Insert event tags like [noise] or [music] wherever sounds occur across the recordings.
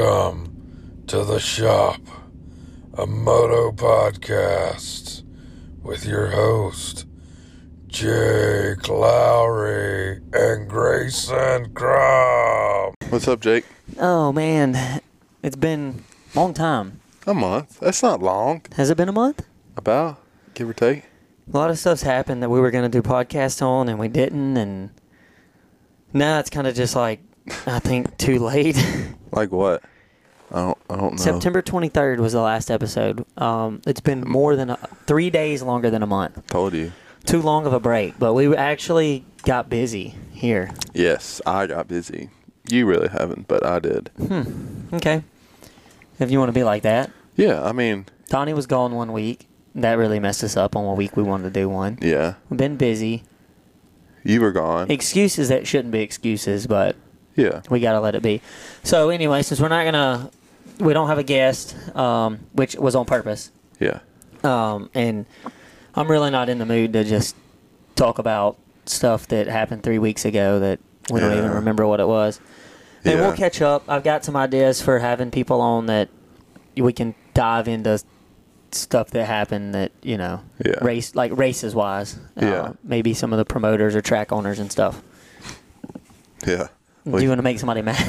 Welcome to the shop, a moto podcast with your host, Jake Lowry and Grayson Crumb. What's up, Jake? Oh man, it's been a long time. A month. That's not long. Has it been a month? About, give or take. A lot of stuff's happened that we were gonna do podcasts on and we didn't, and now it's kind of just like I think too late. [laughs] Like what? I don't. I don't know. September twenty third was the last episode. Um, it's been more than a, three days longer than a month. Told you. Too long of a break, but we actually got busy here. Yes, I got busy. You really haven't, but I did. Okay, if you want to be like that, Yeah, I mean, Donnie was gone one week. That really messed us up on what week we wanted to do one. yeah, Been busy. you were gone. excuses that shouldn't be excuses, but Yeah, we gotta let it be. So anyway, since we're not gonna, we don't have a guest, um, which was on purpose, yeah. um, and I'm really not in the mood to just talk about stuff that happened three weeks ago that we don't even Yeah. remember what it was. And Yeah. we'll catch up. I've got some ideas for having people on that we can dive into stuff that happened that you know Yeah. race like races wise Yeah. maybe some of the promoters or track owners and stuff Yeah. do Like, you want to make somebody mad? [laughs]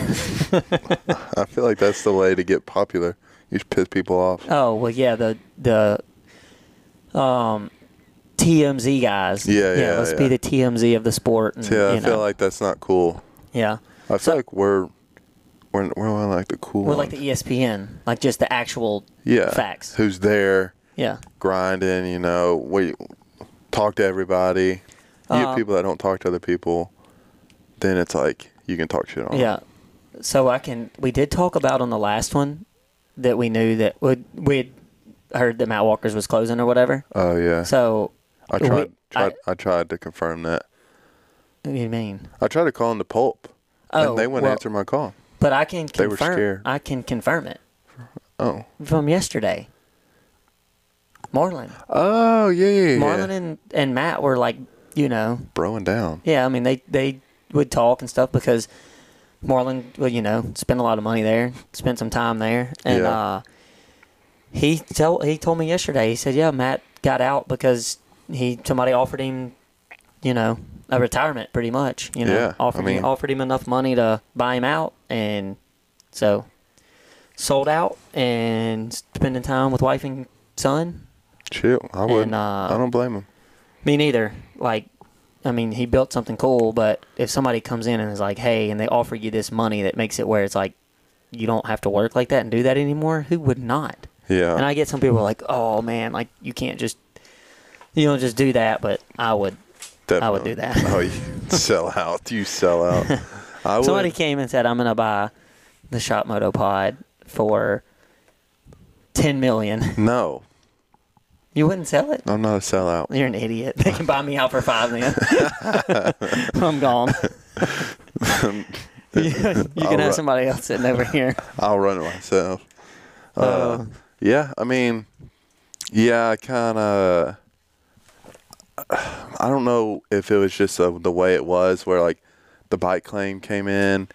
I feel like that's the way to get popular. You should piss people off. oh well, yeah, the the um TMZ guys. Yeah, yeah, Let's be yeah. the TMZ of the sport. And, yeah, I you feel know, like that's not cool. yeah, I feel So- like we're we're we're like the cool. we're like ones. the E ESPN, like just the actual yeah facts. Who's there? Yeah, grinding, you know, we talk to everybody. You Uh, get people that don't talk to other people, then it's like you can talk shit on. 'em. yeah. So I can. We did talk about on the last one that we knew that we we heard that Matt Walker's was closing or whatever. Oh yeah. So I we- tried, tried I, tried to confirm that. I, what do you mean? I tried to call in the pulp. Oh, and they wouldn't well- answer my call. But I can They were confirm. scared. I can confirm it Oh. from yesterday. Marlon. Oh yeah yeah. Marlon yeah. and, and Matt were like, you know, Broing down. yeah, I mean, they, they would talk and stuff because Marlon, well, you know, spent a lot of money there, spent some time there. And Yeah. uh, he, tell, he told me yesterday, he said, yeah, Matt got out because he somebody offered him, you know, a retirement pretty much, you know, Yeah, I offered, mean- him, offered him enough money to buy him out. And so sold out and spending time with wife and son Chill. I wouldn't. uh, I don't blame him. me neither. Like, I mean, he built something cool, but if somebody comes in and is like, "Hey," and they offer you this money that makes it where it's like you don't have to work like that and do that anymore, who would not? Yeah. And I get some people are like, "Oh man, like you can't just you don't just do that," but I would. definitely. I would do that. oh, you sell out. You sell [laughs] out. I would. Somebody came and said, "I'm gonna buy the Shop Moto Pod for ten million. [laughs] No, You wouldn't sell it." I'm not a sellout. You're an idiot. They can buy me out for five million. [laughs] [laughs] I'm gone. [laughs] you, you can have Alright. somebody else [laughs] sitting over here. I'll run it myself. Uh, Yeah, I mean, yeah, I kind of. I don't know if it was just uh, the way it was, where like the bike claim came in,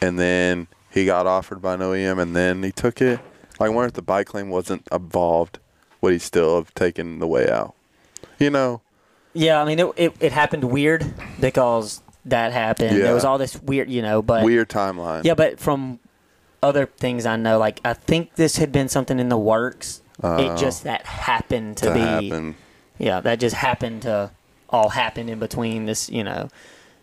and then he got offered by an OEM, and then he took it. Like, I wonder if the bike claim wasn't involved, would he still have taken the way out? You know, yeah, I mean, it, it, it happened weird because that happened. Yeah. There was all this weird, you know, but. weird timeline. Yeah, but from other things I know, like, I think this had been something in the works. Oh. it just that happened to, to be. happen. yeah, that just happened to all happen in between this, you know.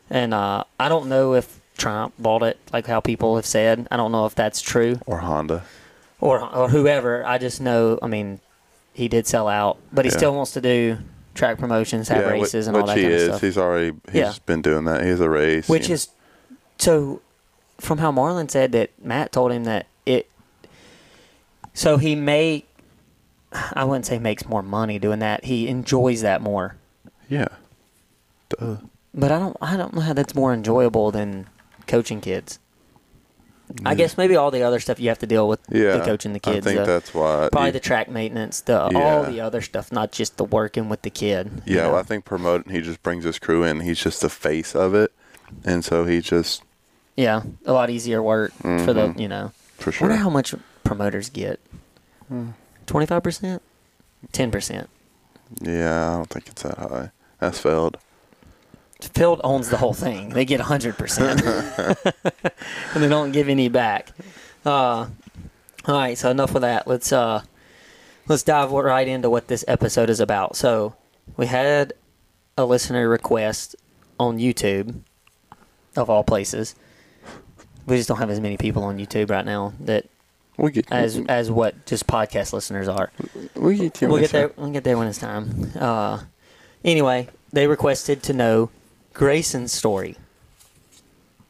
And uh, I don't know if Trump bought it, like how people have said. I don't know if that's true Or Honda. or or whoever. I just know. I mean, he did sell out, but he Yeah. still wants to do track promotions, have whi- races, and which all that he kind is. of stuff. He's already he's Yeah. been doing that. He has a race. which you is so from how Marlon said that Matt told him that it so he may I wouldn't say makes more money doing that. He enjoys that more. Yeah. Duh. But I don't I don't know how that's more enjoyable than coaching kids. I guess maybe all the other stuff you have to deal with Yeah. the coaching the kids. I think the- that's why. probably you- the track maintenance, the all Yeah. the other stuff, not just the working with the kid. you Yeah, know? well, I think promoting he just brings his crew in. He's just the face of it, and so he just yeah, a lot easier work for the you know. for Mm-hmm. I sure. wonder how much promoters get. Twenty five percent, ten percent. Yeah, I don't think it's that high. That's failed. Field owns the whole thing. They get hundred percent, and they don't give any back. Uh, all right, so enough with that. Let's uh, let's dive right into what this episode is about. So we had a listener request on YouTube, of all places. We just don't have as many people on YouTube right now that We get as as what just podcast listeners are. we get We'll get there. We'll get there when it's time. Uh, anyway, they requested to know Grayson's story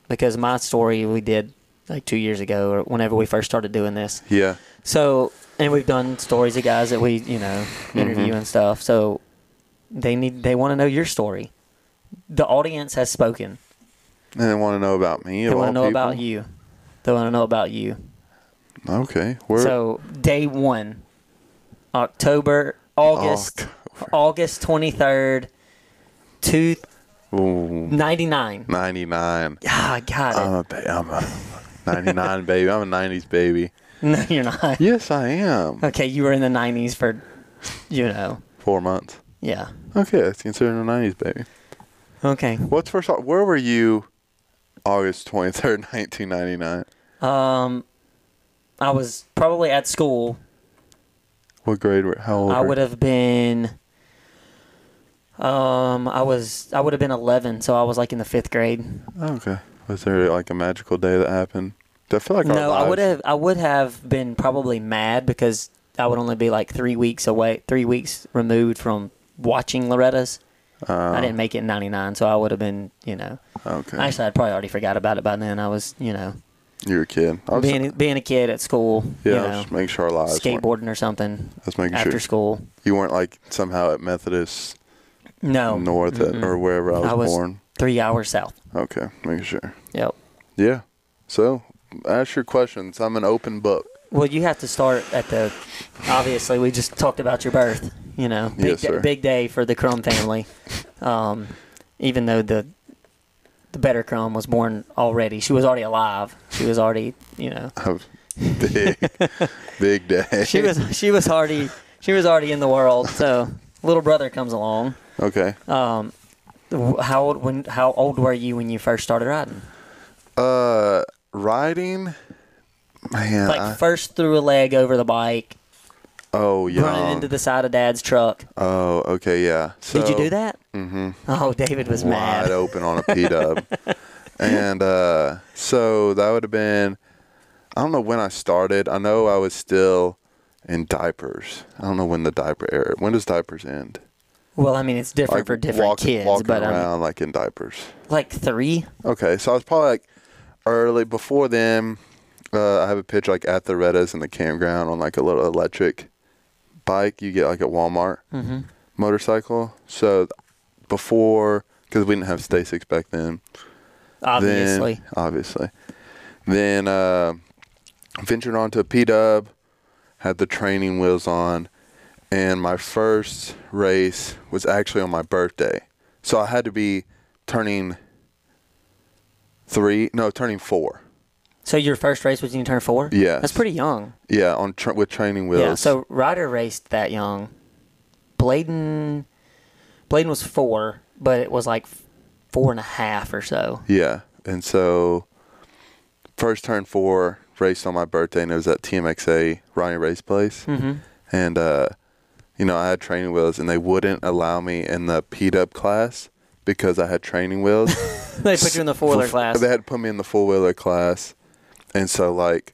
because my story we did like two years ago or whenever we first started doing this. Yeah, So, and we've done stories of guys that we you know interview and stuff. So they need they want to know your story. The audience has spoken. and they want to know about me. They want to know about you. They want to know about you. Okay, we're So day one, October, August, August twenty third, two ooh, ninety nine. 99. Ah, I got I'm it. a ba- I'm a 99 baby. I'm a 90s baby. no, you're not. Yes, I am. Okay, you were in the nineties for, you know, Four months. yeah. Okay, that's considered a 90s baby. Okay. What's first? off, Where were you, August [laughs] 23rd, 1999? Um, I was probably at school. What grade were? How old? I were- would have been. Um, I was I would have been eleven, so I was like in the fifth grade. Oh, Okay. Was there like a magical day that happened? I feel like our No, I would lives- have. I would have been probably mad because I would only be like three weeks away, three weeks removed from watching Loretta's. Uh-huh. I didn't make it in '99, so I would have been, you know. Oh, Okay. Actually, I'd probably already forgot about it by then. I was, you know, you were a kid. I was, being being a kid at school, yeah, you I was know, just making sure our lives weren't- skateboarding or something I was making after sure school. you weren't like somehow at Methodist No, North at, or wherever I was, I was born. three hours south. Okay, making sure. Yep. Yeah. So ask your questions. I'm an open book. [laughs] Well, you have to start at the. Obviously, we just talked about your birth. You know, big, Yes, da- sir. big day for the Crumb family. Um, even though the the better Crumb was born already, she was already alive. She was already, you know, I'm [laughs] big, big day. she was she was already she was already in the world. So little brother comes along. okay. Um, wh- how old when how old were you when you first started riding? Uh, riding. Man. Like I- first threw a leg over the bike, oh, running yeah. into the side of Dad's truck. oh, okay, yeah. Did you So- do that? Mm-hmm. Oh, David was wide mad. open on a P [laughs] dub. and uh, so that would have been, I don't know when I started. I know I was still in diapers. I don't know when the diaper era. When does diapers end? Well, I mean, it's different for different walking- kids, walking but um, around like in diapers. like three. Okay, so I was probably like early before them. Uh, I have a picture like at the Retta's in the campground on like a little electric bike you get like at Walmart motorcycle. So before, because we didn't have Stasics back then. Obviously, Then, obviously. Then uh, ventured onto P Dub, had the training wheels on, and my first race was actually on my birthday. So I had to be turning three, no, turning four. so your first race was when you turned four. Yes. that's pretty young. Yeah, on tra- with training wheels. Yeah. So Ryder raced that young. Bladen, Bladen was four, but it was like four and a half or so. [laughs] Yeah. And so first turn four raced on my birthday and it was at TMXA Ronnie Race Place. Mm-hmm. And, uh, you know, I had training wheels and they wouldn't allow me in the P-Dub class because I had training wheels. they put you in the four wheeler F- class. They had to put me in the four wheeler class, and so like,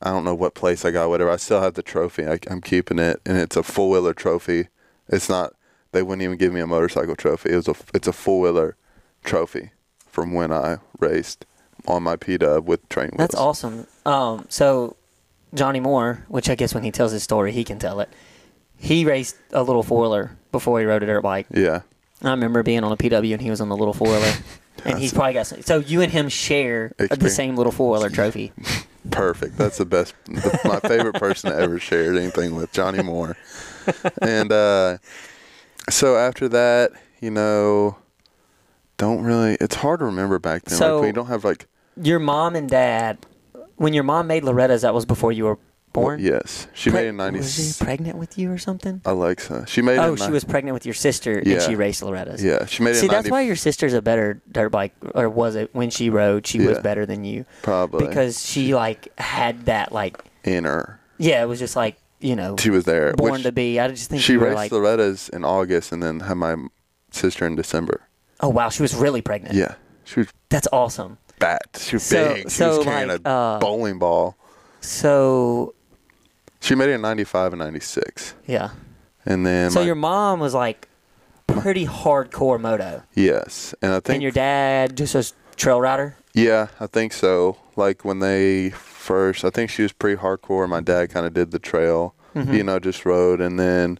I don't know what place I got, whatever. I still have the trophy. I, I'm keeping it, and it's a four wheeler trophy. It's not. They wouldn't even give me a motorcycle trophy. It was a. It's a four wheeler trophy from when I raced on my P Dub with train wheels. That's awesome. Um, so Johnny Moore, which I guess when he tells his story, he can tell it. He raced a little four wheeler before he rode a dirt bike. Yeah. I remember being on a PW and he was on the little four [laughs] wheeler. and he's probably got some. So you and him share the Experience. same little four [laughs] wheeler trophy. Perfect. That's the best. The, my favorite person to ever shared anything with Johnny Moore. And uh, so after that, you know, don't really. It's hard to remember back then. So- like we don't have like Your mom and dad when your mom made Loretta's, that was before you were born. Yes, she Pre- made it in ninety. Was she pregnant with you or something? Alexa, she made it. Oh, in she ni- was pregnant with your sister, Yeah. and she raced Loretta's. Yeah, she made it. See, in that's 90 why your sister's a better dirt bike, or was it when she rode? She was Yeah. better than you probably because she like had that like in her. yeah, it was just like you know She was there. born which to be. I just think she you were raced like Loretta's in August, and then had my sister in December. oh wow, she was really pregnant. Yeah, she was that's awesome. fat. She was So- big. She so, was carrying like, a uh, bowling ball. So She made it in '95 and '96, yeah, and then so my- your mom was like pretty hardcore moto, yes, and I think and your dad just a trail rider. Yeah, I think so. Like when they first, I think she was pretty hardcore. My dad kind of did the trail, Mm-hmm. you know, just rode. And then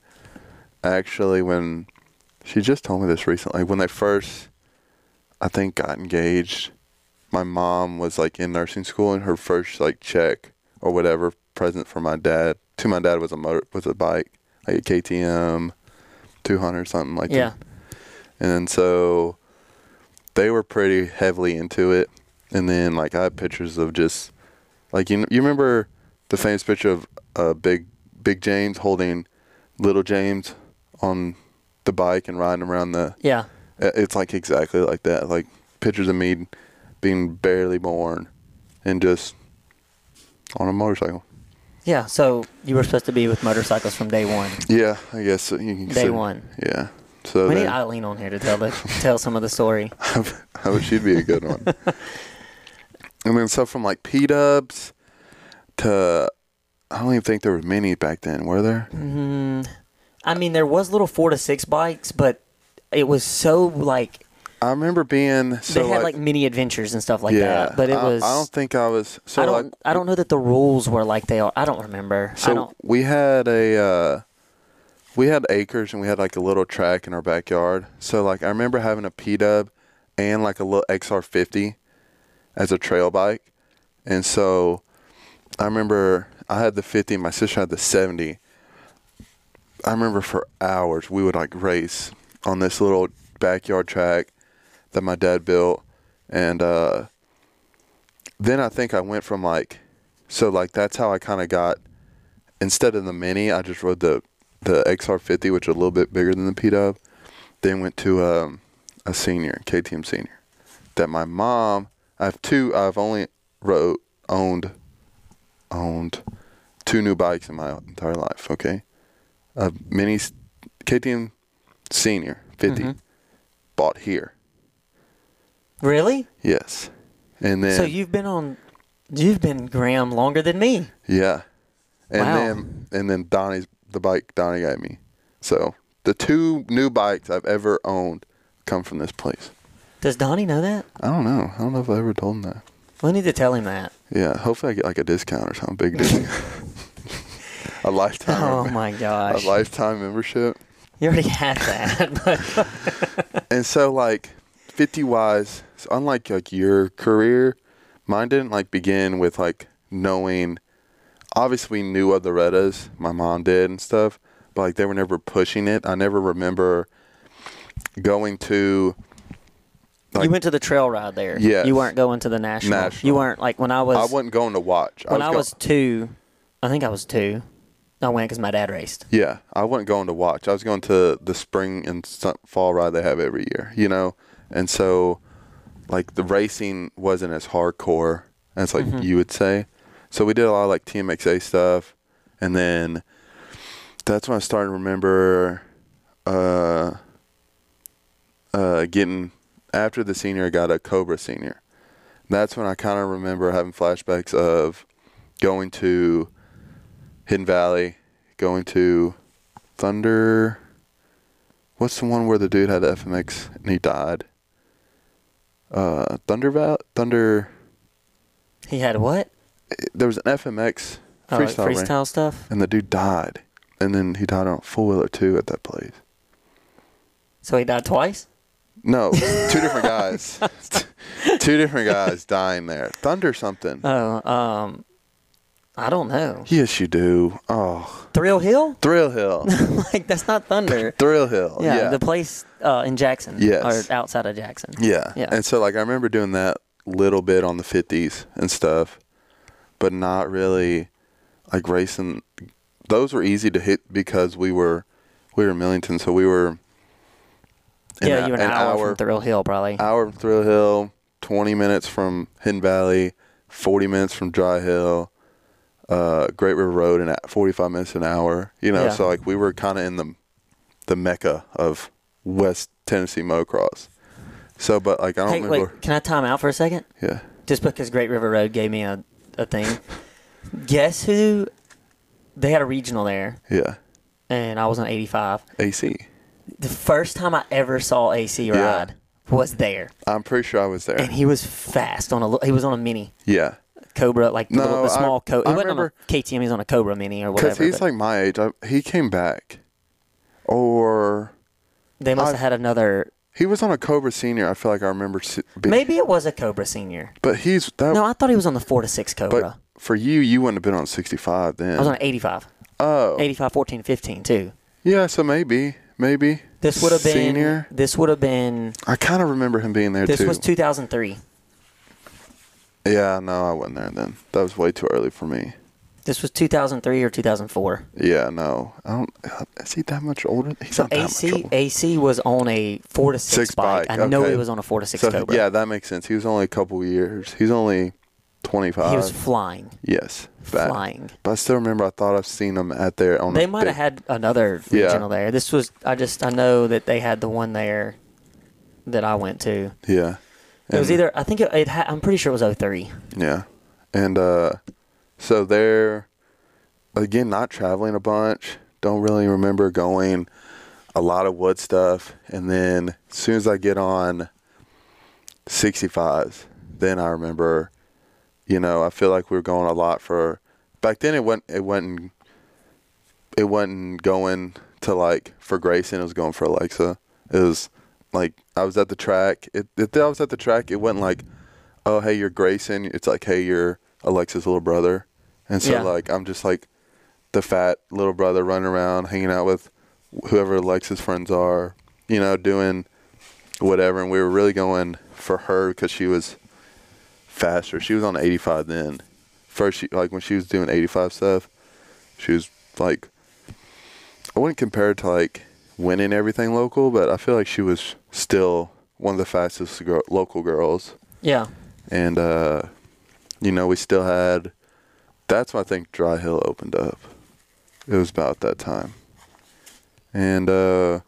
actually, when she just told me this recently, when they first, I think, got engaged, my mom was like in nursing school, and her first like check or whatever present for my dad to my dad was a motor was a bike, like a KTM 200 something like Yeah, that. And so they were pretty heavily into it. And then like I have pictures of just like you you remember the famous picture of uh, big big James holding little James on the bike and riding around the yeah, it- it's like exactly like that. Like pictures of me being barely born and just on a motorcycle. yeah. So you were supposed to be with motorcycles from day one. Yeah, I guess you can Day consider- one. Yeah. So We need then- Eileen on here to tell the tell some of the story. I would, she'd be a good one. and then stuff from like P Dubs to I don't even think there were many back then, were there? Mm. I mean, there was little four to six bikes, but it was so like I remember being they so had like, mini adventures and stuff like yeah, that. But it I, was I don't think I was so I don't like I don't know that the rules were like they are. I don't remember. I so don't. we had a uh, we had acres and we had like a little track in our backyard. So like I remember having a P Dub and like a little XR50 as a trail bike, and so I remember I had the 50, my sister had the 70. I remember for hours we would like race on this little backyard track that my dad built, and uh, then I think I went from like, so like that's how I kind of got. Instead of the mini, I just rode the the XR50, which is a little bit bigger than the P Dub. Then went to um, a senior, KTM senior, that my mom. I have two. I've only rode owned owned two new bikes in my entire life. Okay, a mini s- KTM senior 50 bought here. Really? Yes, and then So you've been on, you've been Graham longer than me. Yeah. And Wow. then and then Donnie's the bike Donnie gave me. So the two new bikes I've ever owned come from this place. Does Donnie know that? I don't know. I don't know if I ever told him that. We need to tell him that. Yeah. Hopefully I get like a discount or something. Big discount. [laughs] a lifetime [laughs] Oh mem- my a gosh! lifetime membership. [laughs] you already had that. but- And so like fifty wise, so unlike like your career, mine didn't like begin with like knowing obviously we knew of the Redas, my mom did and stuff, but like they were never pushing it. I never remember going to you went to the trail ride there. Yes. You weren't going to the national. National. You weren't like when I was. I wasn't going to watch. when I go- was two, I think I was two. I went because my dad raced. Yeah, I wasn't going to watch. I was going to the spring and su- fall ride they have every year, you know? And so, like, the racing wasn't as hardcore as, like, you would say. So, we did a lot of, like, TMXA stuff. And then that's when I started to remember uh, uh, getting, after the senior, I got a Cobra senior. That's when I kind of remember having flashbacks of going to Hidden Valley, going to Thunder. What's the one where the dude had FMX and he died? Uh, Thunder Val- Thunder. He had what? There was an FMX Oh, like freestyle, ring, freestyle stuff. and the dude died, and then he died on a four wheeler too at that place. So he died twice. No, two different [laughs] guys, two different guys dying there. Thunder something. Oh, um, I don't know. yes, you do. Oh, Thrill Hill? [laughs] Thrill Hill, like that's not [laughs] Thunder. Thrill Hill. Yeah, Oh, yeah. the place uh, in Jackson. Yes. Or outside of Jackson. Yeah. Yeah. And so like I remember doing that little bit on the fifties and stuff. but not really like racing. Those were easy to hit because we were we were Millington, so we were an yeah, hou- you're an, hour, from Thrill Hill, probably. hour from Thrill Hill, 20 minutes from Hidden Valley, 40 minutes from Dry Hill, uh, Great River Road, and at 45 minutes an hour. You know, Yeah. so like we were kind of in the the mecca of West Tennessee motocross. So, but like I don't Hey, remember. wait, can I time out for a second? yeah, Just because Great River Road gave me a, a thing. Guess who? They had a regional there, yeah, and I was on 85. AC. The first time I ever saw AC ride Yeah. was there, I'm pretty sure I was there. and he was fast on a. li- He was on a mini yeah, Cobra, like the, No, little, the I- small Cobra. I He wasn't remember- on a KTM. He was on a Cobra mini or because whatever. he's but like my age. I, he came back, or they must I- have had another. he was on a Cobra Senior. I feel like I remember. se- being- Maybe it was a Cobra senior. but he's that. No, I thought he was on the four to six Cobra. but for you, you wouldn't have been on 65 then. I was on an 85. Oh, 85, 14, 15 too. yeah. So maybe, maybe This would have been senior. This would have been. I kind of remember him being there This too. was 2003. yeah, no, I wasn't there then. That was way too early for me. This was 2003 or 2004. Yeah, no, I don't. Is he that much older? He's So not that much AC older. AC was on a four to six, Six bike. bike, I know okay. he was on a four to six So Cobra. yeah, that makes sense. He was only a couple years. He's only 25. he was flying, yes, uh, that- flying. But I still remember. I thought I've seen him at there on. They a might have big- had another Yeah. regional there. This was I just I know that they had the one there that I went to. It Yeah. And- was either I think it, it ha- I'm pretty sure it was 03. Yeah. And uh so there again not traveling a bunch, don't really remember going a lot of wood stuff and then as soon as I get on 65s, then I remember you know, I feel like we were going a lot for back then it went it wasn't it wasn't going to like for Grayson, it was going for Alexa. It was like I was at the track. It, if I was at the track, it wasn't like, oh hey, you're Grayson. It's like hey, you're Alexa's little brother, and so Yeah. like I'm just like the fat little brother running around, hanging out with whoever Alexa's friends are, you know, doing whatever. And we were really going for her because she was faster. She was on 85 then. First, she, like when she was doing 85 stuff, she was like, I wouldn't compare it to like winning everything local, but I feel like she was still one of the fastest gir- local girls. Yeah, And, uh, you know, we still had, that's when I think Dry Hill opened up. It was about that time. And, uh,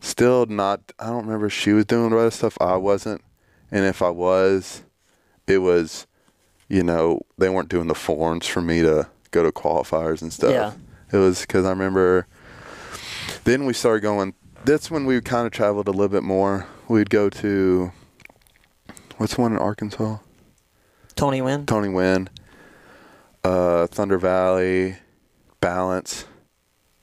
still not, I don't remember if she was doing the right stuff. I wasn't. And if I was, it was, you know, they weren't doing the forms for me to go to qualifiers and stuff. Yeah. It was because I remember then we started going. That's when we kind of traveled a little bit more. We'd go to what's the one in Arkansas? Tony Wynn. Tony Wynn, uh, Thunder Valley, Balance.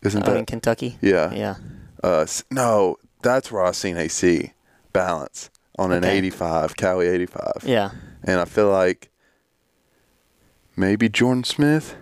Isn't Oh, that? in Kentucky. yeah. Yeah. Uh, s- no, that's where I seen AC Balance on an Okay. 85 Cowie 85. Yeah. And I feel like maybe Jordan Smith.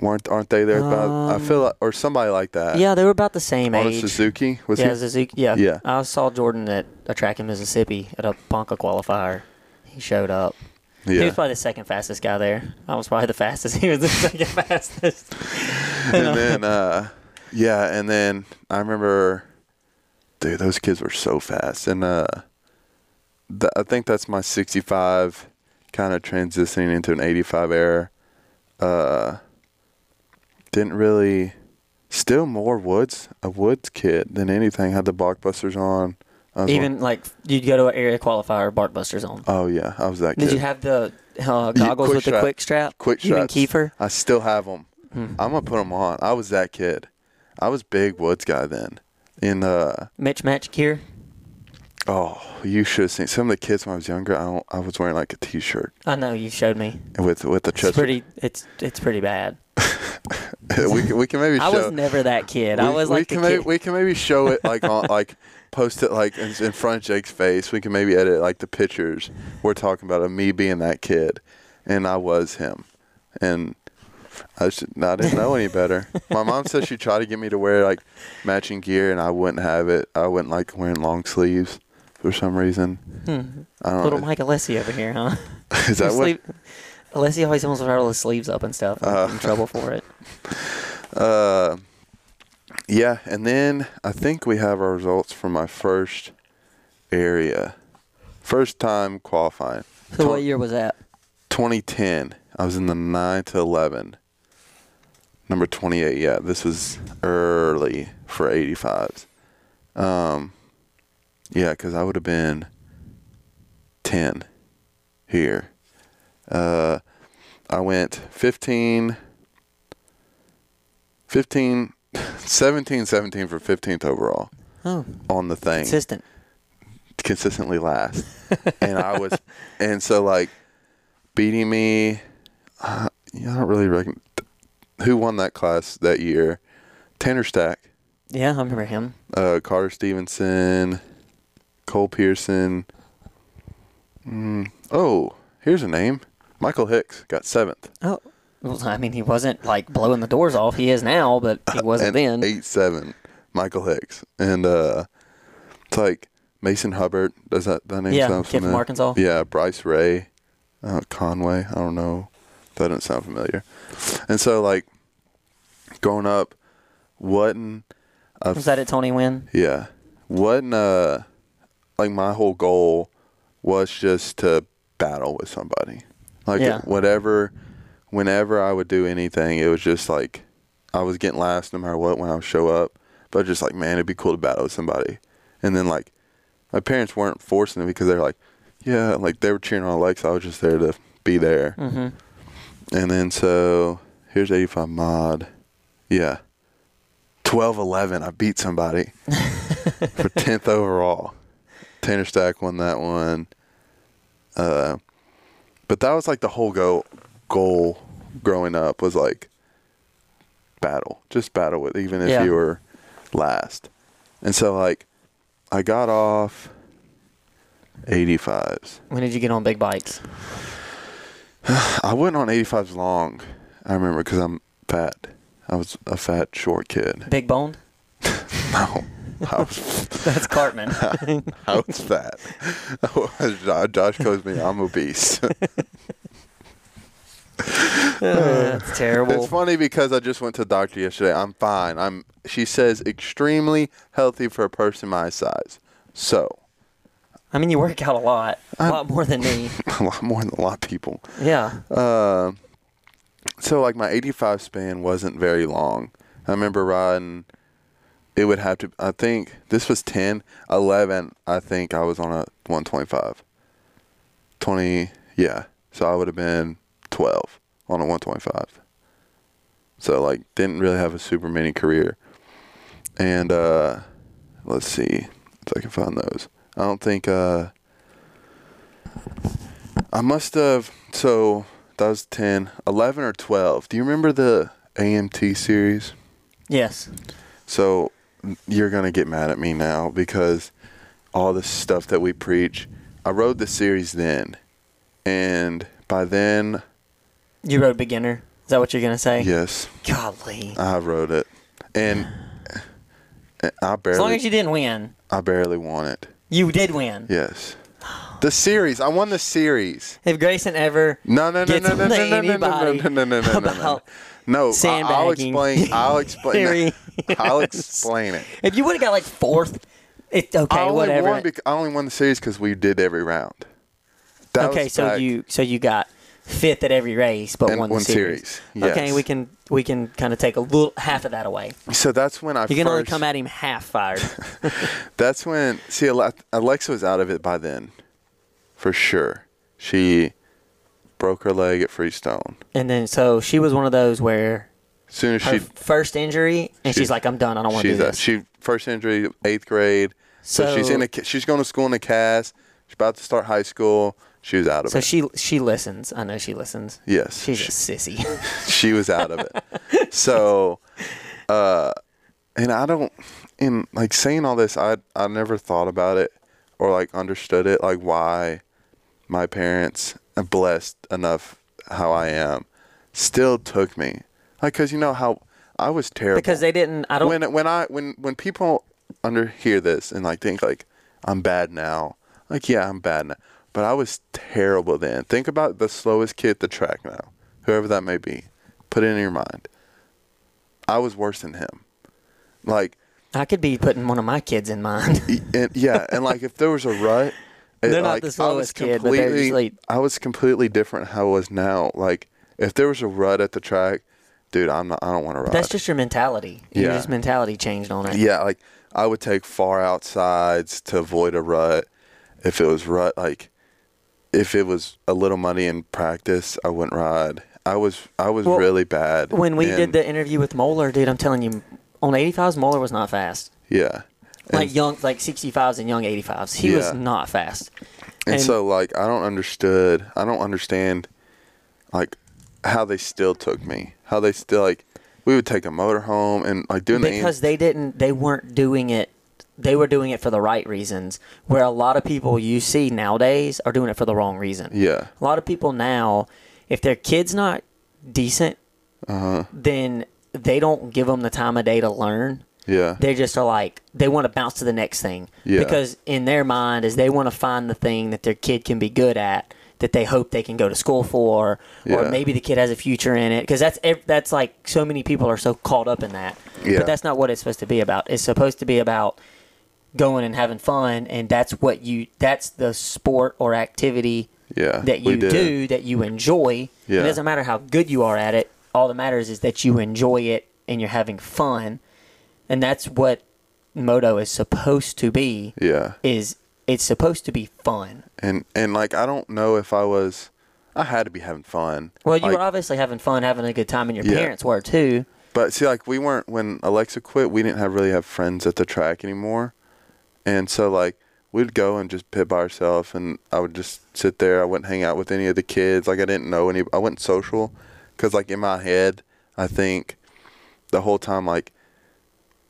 Weren't aren't they there? about, I feel like, or somebody like that. Um, Yeah, they were about the same Arnold age. Suzuki was yeah, he? Suzuki. Yeah. Yeah. I saw Jordan at a track in Mississippi at a Ponca qualifier. He showed up. He yeah. was probably the second fastest guy there. I was probably the fastest. [laughs] He was [laughs] the second fastest. [laughs] and then uh, yeah, and then I remember, dude, those kids were so fast, and uh, th- I think that's my '65 kind of transitioning into an '85 era. Uh, didn't really, still more woods a woods kid than anything. Had the blockbusters on. I was Even like you'd go to an area qualifier, Barkbuster's on. Oh yeah, I was that kid. Did you have the uh, quick goggles with the strap. quick strap? quick Even shots? Uh, Kiefer. Hmm. I still have them. I'm gonna put them on. I was that kid. I was big woods guy then. In uh Mitch Match here. oh, you should have seen some of the kids when I was younger. I don't, I was wearing like a t-shirt I know you showed me. with with the It's chest. pretty. It's it's pretty bad. [laughs] we can, we can maybe show. I was never that kid. we, I was we like the can maybe, kid. we can maybe show it like on [laughs] like post it like in, in front of Jake's face. We can maybe edit like the pictures we're talking about of me being that kid, and I was him, and I just I didn't know any [laughs] better. My mom said she tried to get me to wear like matching gear, and I wouldn't have it. I wouldn't like wearing long sleeves for some reason. I don't Hmm. Little know. Mike Alessi over here, huh? [laughs] Is that what? Sleep- Alessi always wants to roll his sleeves up and stuff. I'm in trouble for it. Uh, yeah, and then I think we have our results from my first area, first time qualifying. So what year was that? 2010. I was in the nine to eleven. Number 28. Yeah, this was early for 85s. Um, yeah, because I would have been 10 here. Uh, I went 15, 15, [laughs] 17, 17 for 15th overall Oh, on the thing consistent. consistently last, and I was, and so like beating me. Uh, yeah, I don't really reckon who won that class that year. Tanner Stack, Yeah, I remember him. uh, Carter Stevenson, Cole Pearson. Mm, oh, here's a name. Michael Hicks got seventh. Oh, well, I mean, he wasn't like blowing the doors off. He is now, but he wasn't and then. Eight seven, Michael Hicks, and uh, it's like Mason Hubbard. Does that that name Yeah, sound kid from familiar? Arkansas. Yeah, Bryce Ray, uh, Conway. I don't know. That doesn't sound familiar. And so like growing up, wasn't a Was that at Tony Wynn? yeah. Wasn't uh like my whole goal was just to battle with somebody. Like Yeah. whatever whenever I would do anything, it was just like I was getting last no matter what when I would show up. But just like, man, it'd be cool to battle with somebody. And then like my parents weren't forcing it because they were like, Yeah, like they were cheering on Alexa, I was just there to be there. hmm And then so here's 85 mod. Yeah. 12 11. I beat somebody for 10th overall. Tanner Stack won that one. Uh, but that was like the whole goal, goal growing up was like battle. Just battle with, even if Yeah. you were last. And so, like, I got off 85s. When did you get on big bikes? I went on 85s long. I remember because I'm fat. I was a fat, short kid. [laughs] Big boned? No, I was, That's Cartman. I was fat. [laughs] Jo- Josh calls me I'm obese. [laughs] [laughs] That's terrible. it's funny because I just went to the doctor yesterday. I'm fine. I'm. She says extremely healthy for a person my size. So [laughs] I mean, you work out a lot, a lot more than me. a lot more than a lot of people. Yeah. Uh, so like my 85 span wasn't very long. I remember riding. It would have to. I think this was 10, 11. I think I was on a 125. 20. Yeah. So I would have been 12 on a 125. So like didn't really have a super mini career. And uh, let's see if I can find those. I don't think. Uh, I must have. So that was 10, 11 or 12. Do you remember the AMT series? Yes. So you're going to get mad at me now because all this stuff that we preach. I rode the series then. And by then, You rode beginner. Is that what you're gonna say? yes, Golly. I rode it. And [sighs] I barely As long as you didn't win, I barely won it. you did win. Yes. The series. I won the series. If Grayson ever No, no, no, gets no, no, on no, to no, no, no, no, anybody no, no, no, no, no. about No, I- I'll sandbagging explain. I'll explain. theory. [laughs] [laughs] I'll explain it. If you would have got like fourth, it okay, I only whatever. won. Bec- I only won the series because we did every round. That okay, was so back- you so you got fifth at every race, but And won the won series. series, Okay, yes. we can we can kind of take a little half of that away. So that's when I. You can first, only come at him half fired. That's when. See, Ale- Alexa was out of it by then, for sure. She broke her leg at Freestone. [laughs] and then so she was one of those where As soon as her she, first injury, and she- she's like, "I'm done. I don't want to do she's a, this." she first injury eighth grade. So, she's So- in a. ca- She's going to school in a cast. She's about to start high school. She was out of so it. she she listens. I know she listens. yes, She's she- a sissy. [laughs] [laughs] she was out of it. so, uh, and I don't, in like saying all this, I I never thought about it or like understood it, like why my parents, and blessed enough how I am, still took me, like because you know how I was terrible because they didn't. I don't. when when I when when people under hear this and like think like I'm bad now, like yeah, I'm bad now. But I was terrible then. Think about the slowest kid at the track now, whoever that may be. Put it in your mind. I was worse than him. Like, I could be putting one of my kids in mind. y- and, [laughs] yeah, and like if there was a rut, it, They're like, not the I was slowest kid, but they're completely- usually- I was completely different how I was now. Like if there was a rut at the track, dude, I'm not. I don't want to rut. That's just your mentality. Your Yeah. just mentality changed on it. Yeah, like I would take far outsides to avoid a rut. If it was rut, like if it was a little money in practice, I wouldn't ride. I was I was Well, really bad When we did and- the interview with Moeller, dude, I'm telling you, on 85s, Moeller was not fast. Yeah, Like young, like 65s and young 85s, he was Yeah. not fast. and, and- so like I don't understood. I don't understand like how they still took me. How they still like we would take a motor home and like doing because the they didn't they weren't doing it they were doing it for the right reasons where a lot of people you see nowadays are doing it for the wrong reason Yeah. a lot of people now if their kid's not decent Uh-huh. then they don't give them the time of day to learn yeah they just are like they want to bounce to the next thing Yeah. because in their mind is they want to find the thing that their kid can be good at that they hope they can go to school for Yeah. or maybe the kid has a future in it because that's ev- that's like so many people are so caught up in that Yeah. but that's not what it's supposed to be about it's supposed to be about going and having fun and that's what you that's the sport or activity yeah that we you did. do that you enjoy. Yeah. It doesn't matter how good you are at it. All that matters is that you enjoy it and you're having fun, and that's what moto is supposed to be. yeah Is it's supposed to be fun? and and like I don't know if I was I had to be having fun. Well, you like, were obviously having fun, having a good time, and your Yeah. parents were [laughs] too. But see, like we weren't when Alexa quit, we didn't have really have friends at the track anymore, and so like we'd go and just pit by ourselves, and I would just sit there. I wouldn't hang out with any of the kids. Like I didn't know any. I wasn't social, because like in my head, I think the whole time like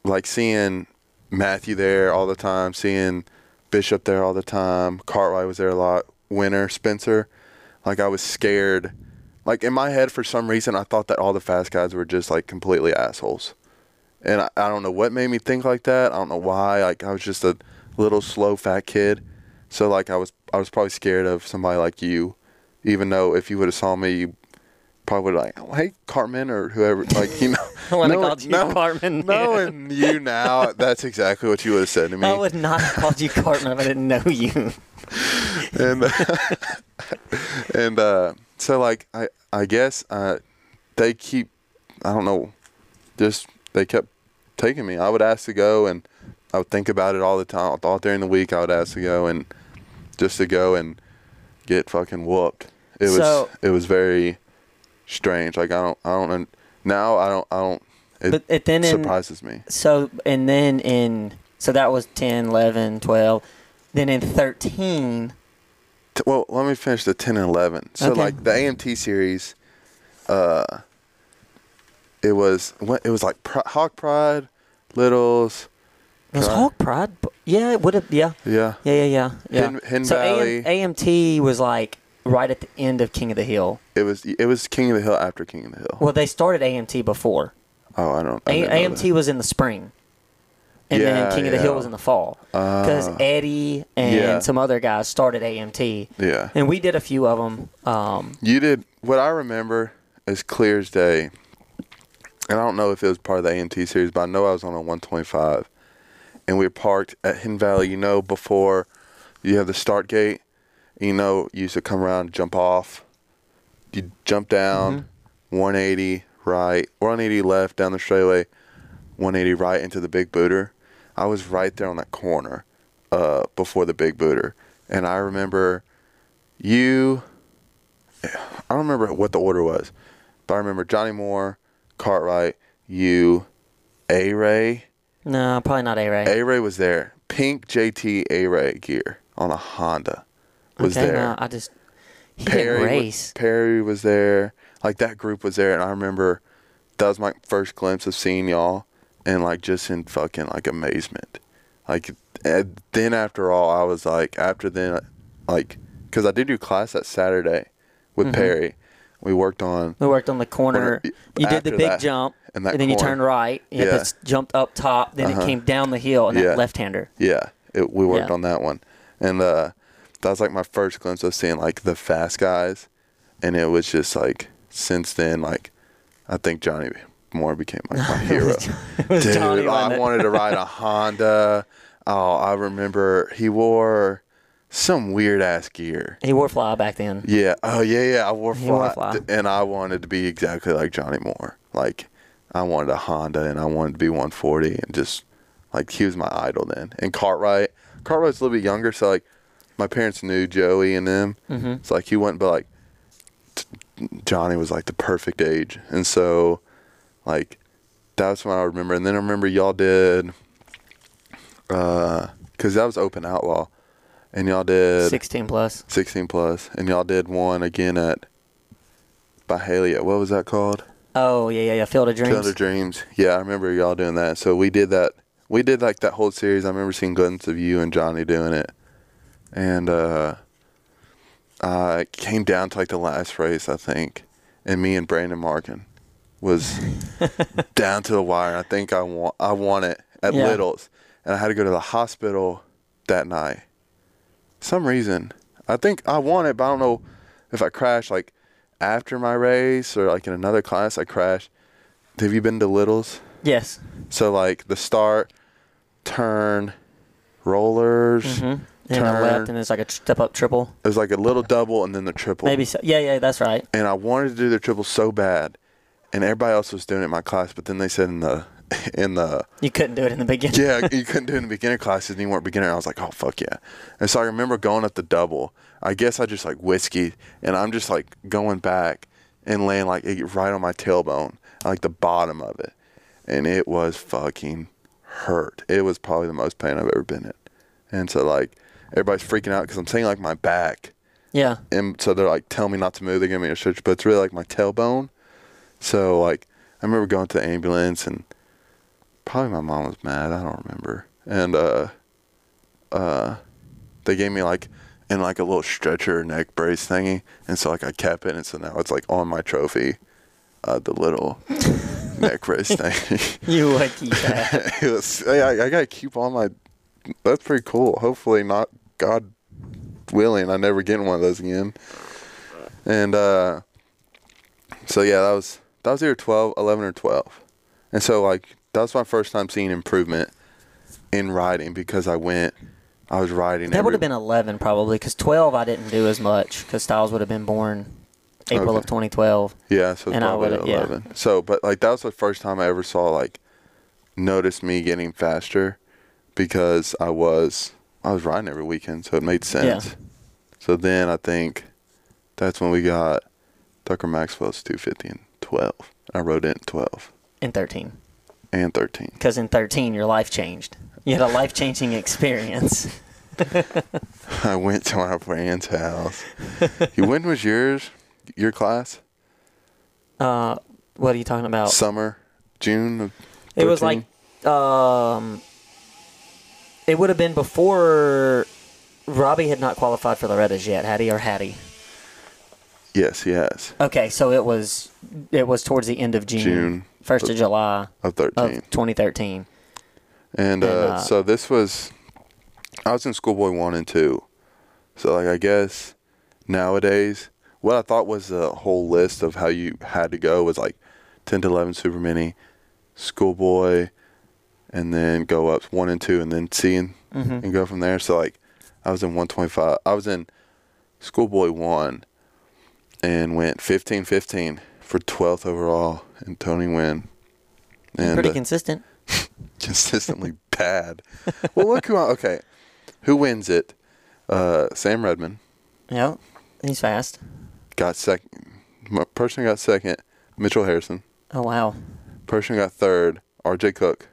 like seeing Matthew there all the time, seeing Bishop there all the time, Cartwright was there a lot, Winter, Spencer. Like I was scared. Like in my head, for some reason, I thought that all the fast guys were just like completely assholes, and I, I don't know what made me think like that. I don't know why. Like I was just a little slow fat kid, so like I was I was probably scared of somebody like you, even though if you would have saw me, you probably would like, oh, hey Cartman or whoever, like you know. [laughs] I would've knowing- called you Cartman. Knowing you now, that's exactly what you would have said to me. [laughs] I would not have called you Cartman if I didn't know you. and and [laughs] uh, so like I I guess uh, they keep I don't know just they kept taking me. I would ask to go and I would think about it all the time. All during the week I would ask to go and just to go and get fucking whooped. It was So- it was very strange. Like I don't I don't un- now I don't I don't it, [laughs] But it then in- surprises me. So and then in so that was 10, 11, 12. Then in thirteen, T- well, let me finish the 10 and 11. So, Okay. like, the AMT series, uh, it was, what, it was like Pri- Hawk Pride, Littles, was Try. Hawk Pride? Yeah, it would have. Yeah, yeah. Yeah, yeah, yeah. yeah. Hidden- Hidden so Valley. AM, AMT was like right at the end of King of the Hill. It was, it was King of the Hill after King of the Hill. Well, they started AMT before. oh, I don't, I A- didn't know AMT was in the spring. And Yeah, then King of the Hill yeah. was in the fall. Because Ah. Eddie and Yeah. some other guys started AMT. that. Yeah. And we did a few of them. Um, You did what I remember is clear as day, and I don't know if it was part of the AMT series, but I know I was on a 125, and we were parked at Hidden Valley. You know, before you have the start gate, you know, you used to come around, jump off, you jump down, 180 right, 180 left down the straightaway, 180 right into the big booter. I was right there on that corner, uh, before the big booter, and I remember you. I don't remember what the order was, but I remember Johnny Moore, Cartwright, you, A Ray. no, probably not A Ray. A Ray was there. Pink JT A Ray gear on a Honda was okay, there. no, I just. He Perry, didn't wa- race. Perry was there. Like that group was there, and I remember that was my first glimpse of seeing y'all, and like just in fucking like amazement. Like and then after all, I was like after then, like because I did do class that Saturday with Mm-hmm. Perry. We worked on We worked on the corner. Corner, You did the after big that- jump, and that then you corner. turned right. You Yeah. Uh-huh. yeah. jumped up top. Then it came down the hill and Yeah. that left hander. Yeah, it, we worked Yeah. on that one, and uh, that was like my first glimpse of seeing like the fast guys, and it was just like since then like I think Johnny Moore became like [laughs] my hero. [laughs] It was Dude, Johnny I Lennon. wanted to ride [laughs] a Honda. Oh, I remember he wore some weird ass gear. He wore fly back then. Yeah. Oh yeah, yeah. I wore He fly, wore fly. and I wanted to be exactly like Johnny Moore. Like I wanted a Honda, and I wanted to be 140, and just like he was my idol then. And Cartwright, Cartwright's a little bit younger, so like my parents knew Joey and them. Mm-hmm. It's like he went, but like t- Johnny was like the perfect age, and so like that's when I remember. And then I remember y'all did, uh, cause that was Open Outlaw, and y'all did 16 plus. 16 plus, and y'all did one again at Byhalia. What was that called? Oh, yeah, yeah, yeah. Field of Dreams. Field of Dreams. Yeah, I remember y'all doing that. So we did that. We did like that whole series. I remember seeing glimpses of you and Johnny doing it, and uh, uh, it came down to like the last race, I think, and me and Brandon Markin was down to the wire. I think I won. I won it at Yeah. Littles, and I had to go to the hospital that night. Some reason, I think I won it, but I don't know if I crashed like after my race or like in another class. I crashed. Have you been to Littles? Yes. So like the start, turn, rollers. Mm-hmm. And Turn. a left, and it's like a step up triple. It was like a little double and then the triple. Maybe so. Yeah, yeah, that's right. and I wanted to do the triple so bad, and everybody else was doing it in my class. But then they said in the [laughs] in the You couldn't do it in the beginning. yeah you couldn't do it in beginner classes and you weren't beginner. I was like oh fuck yeah, and so I remember going up the double. I guess I just like whiskey, and I'm just like going back and laying like it right on my tailbone, like the bottom of it, and it was fucking hurt. It was probably the most pain I've ever been in, and so like everybody's freaking out because I'm saying like my back [laughs] Yeah. and so they're like telling me not to move. They're giving me a stretch, but it's really like my tailbone. So like I remember going to the ambulance and probably my mom was mad. I don't remember. And uh, uh, they gave me like in like a little stretcher neck brace thingy, and so like I kept it, and so now it's like on my trophy, uh, the little neck brace thing. You would [laughs] keep that. it was, I, I gotta keep all my. That's pretty cool. Hopefully, not God willing, I never get one of those again. And uh, so yeah, that was that was either 12, 11 or twelve, and so like that was my first time seeing improvement in riding because I went, I was riding. that every- would have been 11 probably, because 12 I didn't do as much, because Styles would have been born April Okay. of 2012. Yeah, so And I probably would've- yeah. eleven. So, but like that was the first time I ever saw like notice me getting faster because I was I was riding every weekend, so it made sense. So then I think that's when we got Tucker Maxwell's 250 and 12. I rode it in 12 In 13. and 13. Because in 13, your life changed. You had a life changing experience. [laughs] I went to my friend's house. [laughs] when was yours? Your class? Uh, what are you talking about? Summer, June. Of It was 13? like, um, it would have been before Robbie had not qualified for Loretta's yet, had he or had he? yes, yes, Okay, so it was it was towards the end of June, June. first of July of 13. of 2013. And, uh, And, uh, so this was, I was in schoolboy one and two. So like I guess nowadays, what I thought was the whole list of how you had to go was like ten to eleven super mini, schoolboy, and then go up one and two, and then C and, and go from there. So like I was in one twenty five. I was in schoolboy one, and went 15-15 for twelfth overall, and Tony win. And Pretty uh, consistent. consistently [laughs] bad. Well, look who. Okay, who wins it? Uh, Sam Redman Yeah, he's fast. got second. My person got second. Mitchell Harrison. Oh wow, Person got third. R.J. Cook.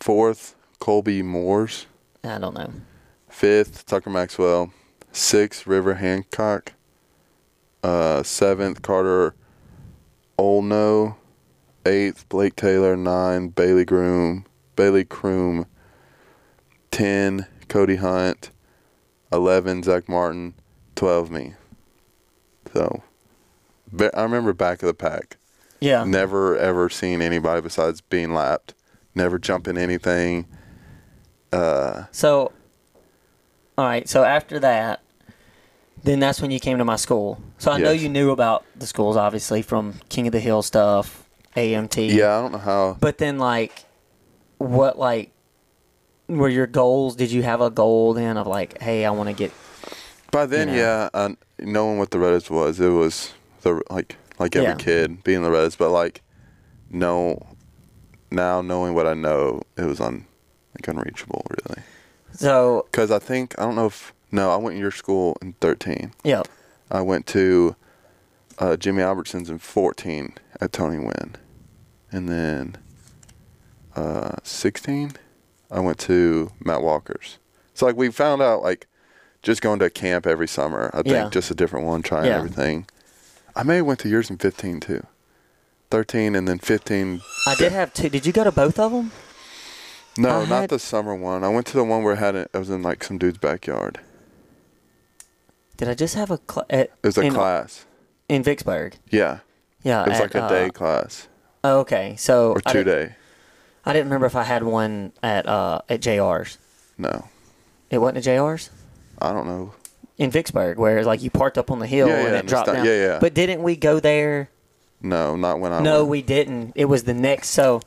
Fourth, Colby Moores. I don't know. Fifth, Tucker Maxwell. Sixth, River Hancock. Uh, seventh, Carter Olno. Eighth, Blake Taylor. Nine, Bailey Groom. Bailey Croom. Ten, Cody Hunt. Eleven, Zach Martin. Twelve, me. So, ve- I remember back of the pack. Yeah, Never ever seen anybody besides being lapped. Never jumping anything. So All right. So after that, then that's when you came to my school. So I know Yes. you knew about the schools, obviously, from King of the Hill stuff, AMT. Yeah, I don't know how. But then, like, what, like, were your goals? Did you have a goal then of, like, hey, I want to get. By then, know. yeah, I, knowing what the Reddits was, it was the like like every Yeah. kid being the Reddits, but like no, now knowing what I know, it was un like unreachable really. So, Because I think I don't know if no, I went to your school in thirteen. yeah. I went to uh, Jimmy Albertson's in 14 at Tony Wynn. And then uh, 16, I went to Matt Walker's. So, like, we found out, like, just going to a camp every summer, I think, Yeah. just a different one, trying Yeah. everything. I may have went to yours in 15, too. 13 and then 15. I did have two. Did you go to both of them? No, I not had- the summer one. I went to the one where I had it, I was in, like, some dude's backyard. Did I just have a cl- at, It was a in, class. in Vicksburg? Yeah. Yeah, It was at, like a uh, day class oh, okay, so or I two didn't- day. I didn't remember if I had one at uh, at JR's. No. It wasn't at JR's I don't know. in Vicksburg, where like you parked up on the hill Yeah, yeah, and I it dropped down. understand. Yeah, yeah. But didn't we go there? No, not when I no, went. we didn't. It was the next. So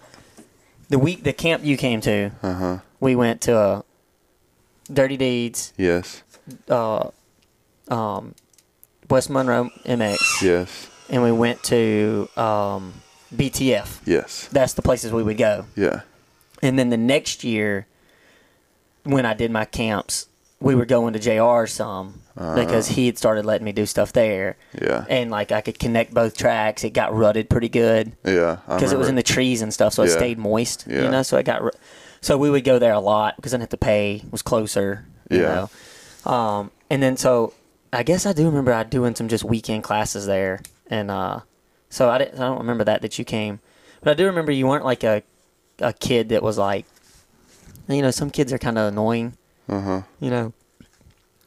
the week, the camp you came to, Uh huh. we went to uh, Dirty Deeds, Yes. uh, um, West Monroe MX, Yes. and we went to um, BTF. Yes. That's the places we would go. Yeah. And then the next year, when I did my camps, we were going to JR some Uh-huh. because he had started letting me do stuff there. Yeah. And like I could connect both tracks. It got rutted pretty good yeah. because it was in the trees and stuff, so it Yeah. stayed moist. Yeah. You know, so it got. Ru- so we would go there a lot because I didn't have to pay. It was closer. You Yeah. Know? Um, and then so I guess I do remember I doing some just weekend classes there, and uh, so I didn't. I don't remember that that you came, but I do remember you weren't like a a kid that was like, you know, some kids are kind of annoying. Uh huh. You know.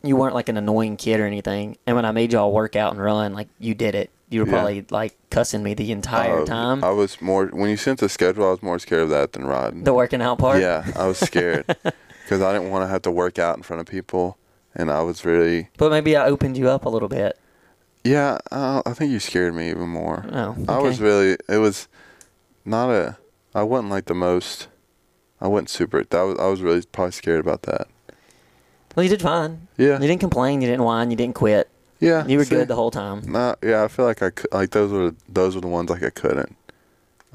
You weren't like an annoying kid or anything, and when I made y'all work out and run, like you did it. You were Yeah. Oh, probably like cussing me the entire time. I was more when you sent the schedule. I was more scared of that than riding. The working out part. yeah, I was [laughs] scared because I didn't want to have to work out in front of people, and I was really But maybe I opened you up a little bit. yeah. Uh, I think you scared me even more. Oh, I was okay. really. It was not a. I wasn't like the most. I wasn't super. That was. I was really probably scared about that. Well, you did fine. Yeah. You didn't complain. You didn't whine. You didn't quit. Yeah. You were see? good the whole time. Nah, yeah, I feel like I could, like those were those were the ones like I couldn't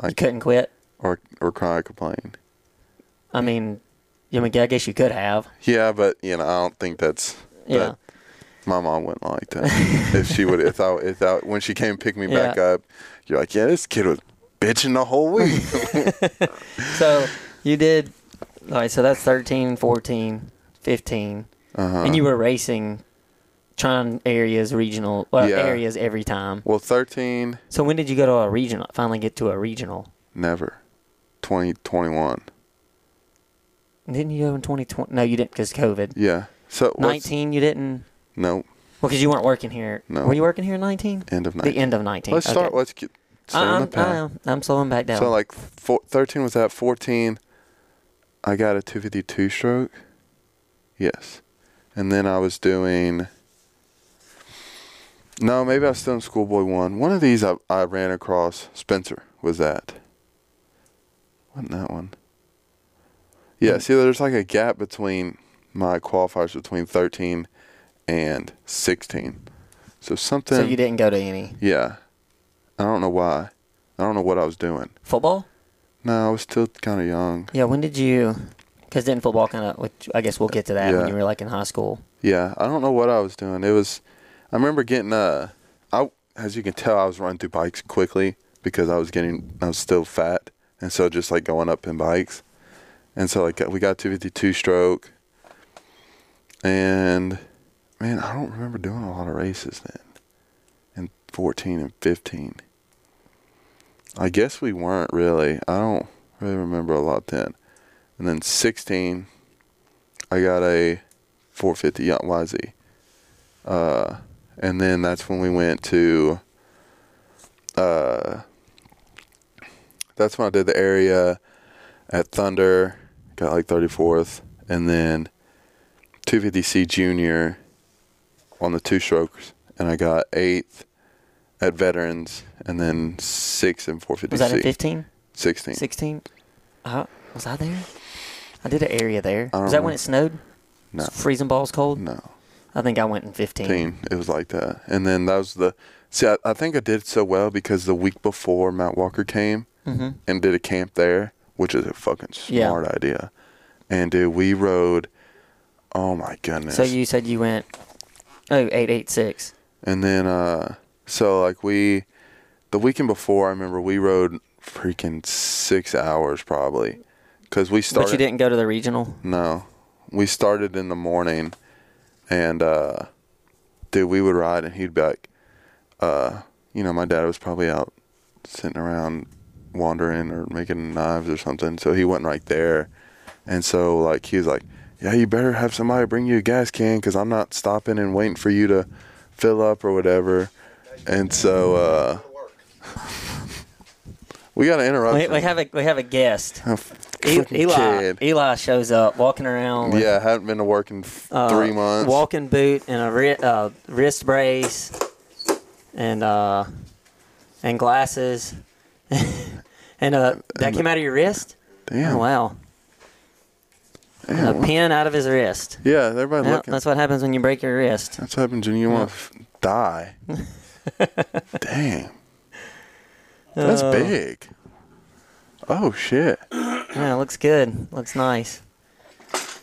You couldn't quit. or or cry or complain. Mm. I mean, I mean, I guess you could have. Yeah, but you know I don't think that's Yeah. that- my mom wouldn't like that. if she would, if I if I when she came pick me back [laughs] Yeah. up, you're like, yeah, this kid was bitching the whole [laughs] week. So you did. All right. So that's 13, 14, 15. uh-huh. And you were racing, trying areas, regional well, Yeah. areas every time. well, thirteen, So when did you go to a regional? Finally get to a regional? never, twenty twenty one. Didn't you go in 2020? No, you didn't because COVID. Yeah. So what's- 19, you didn't. No, Well, because you weren't working here. No. Were you working here in 19? end of The nineteen. end of 19. Let's okay. Uh-huh. start. Let's get. stay on the I, I'm, path. I am. I'm slowing back down. So like four, 13 was that 14 I got a 252 stroke. Yes. And then I was doing No, maybe I was still in schoolboy 1. One of these I, I ran across Spencer was that. Wasn't that one? Yeah, see there's like a gap between my qualifiers between 13 and 16. So something so you didn't go to any Yeah. I don't know why. I don't know what I was doing. football? No, I was still kind of young. Yeah. When did you? Because didn't football kind of? Which I guess we'll get to that Yeah. when you were like in high school. Yeah, I don't know what I was doing. It was, I remember getting uh, I as you can tell, I was running through bikes quickly because I was getting, I was still fat, and so just like going up in bikes, and so like we got 252 stroke, and man, I don't remember doing a lot of races then, in 14 and 15. I guess we weren't really. I don't really remember a lot then, and then 16, I got a 450 Yacht YZ. Uh, and then that's when we went to. Uh, that's when I did the area at Thunder, got like 34th, and then 250C junior on the two strokes, and I got eighth at veterans, and then six in 450C. Was that in 15? 16. 16? Uh, was I there? I did an area there. I don't Was that when know. it snowed? No. It's freezing balls cold? No. I think I went in 15. 15. It was like that. And then that was the. See, I, I think I did so well because the week before Matt Walker came Mm-hmm. and did a camp there, which is a fucking Yeah. smart idea. And dude, we rode. Oh my goodness. So you said you went, oh, 886. And then uh so like we the weekend before I remember we rode freaking 6 hours probably cuz we started But you didn't go to the regional? No. We started in the morning and uh dude, we would ride and he'd be like uh you know, my dad was probably out sitting around wandering or making knives or something, so he wasn't right there. And so like he was like, "Yeah, you better have somebody bring you a gas can cuz I'm not stopping and waiting for you to fill up or whatever." And so uh [laughs] we got an We, interruption. we have a we have a [laughs] guest. Oh, E- freaking Eli kid. Eli shows up walking around. With, Yeah, I haven't been to work in f- uh, three months. Walking boot and a wri- uh, wrist brace, and uh, and glasses, [laughs] and uh, that came out of your wrist. Damn. Oh, wow. Damn, a what- pin out of his wrist. yeah, everybody Yeah, looking. that's That's, what happens when you break your wrist. what happens when you want to f- [laughs] die. Damn. That's Oh. big. Oh, shit. Yeah, looks good. Looks nice.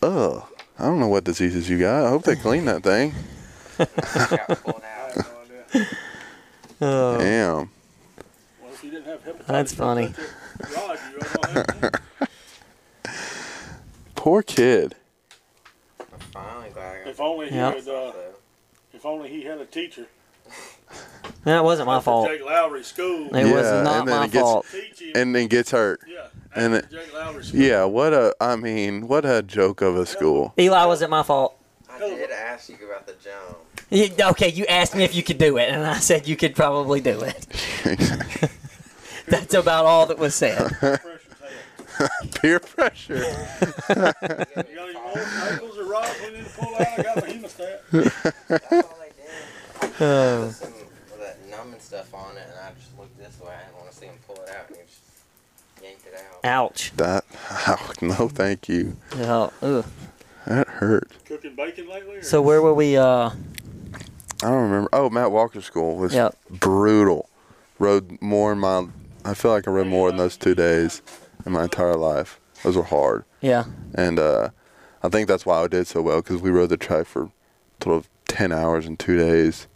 Ugh. I don't know what diseases you got. I hope they clean that thing. Oh, Damn. that's funny. Poor kid. If only he Yeah. had, uh, if only he had a teacher. That wasn't my fault. Jake Lowry School. It was Yeah, not and then my it gets- fault. Teach him. And then gets hurt. yeah. and after Jake Lowry School. Yeah, what a, I mean, what a joke of a school. [laughs] Eli wasn't my fault. I did ask you about the jump. You- Okay, you asked me if you could do it, and I said you could probably do it. [laughs] That's about all that was said. [laughs] Pressure's hell. Peer pressure. You got any more tackles or rods we need to pull out? I got the hemostat. That's all I did. Oh, Put some of that numbing stuff on it, and I just looked this way. I didn't want to see him pull it out, and he just yanked it out. ouch. That, [laughs] oh, no, thank you. Yeah, ugh. That hurt. Cooking bacon lately? Or? So where were we? Uh, I don't remember. Oh, Matt Walker's school was Yep. brutal. Rode more in my. I feel like I rode more in those two days in my entire life. Those were hard, yeah, and uh, I think that's why I did so well because we rode the track for a total of ten hours in two days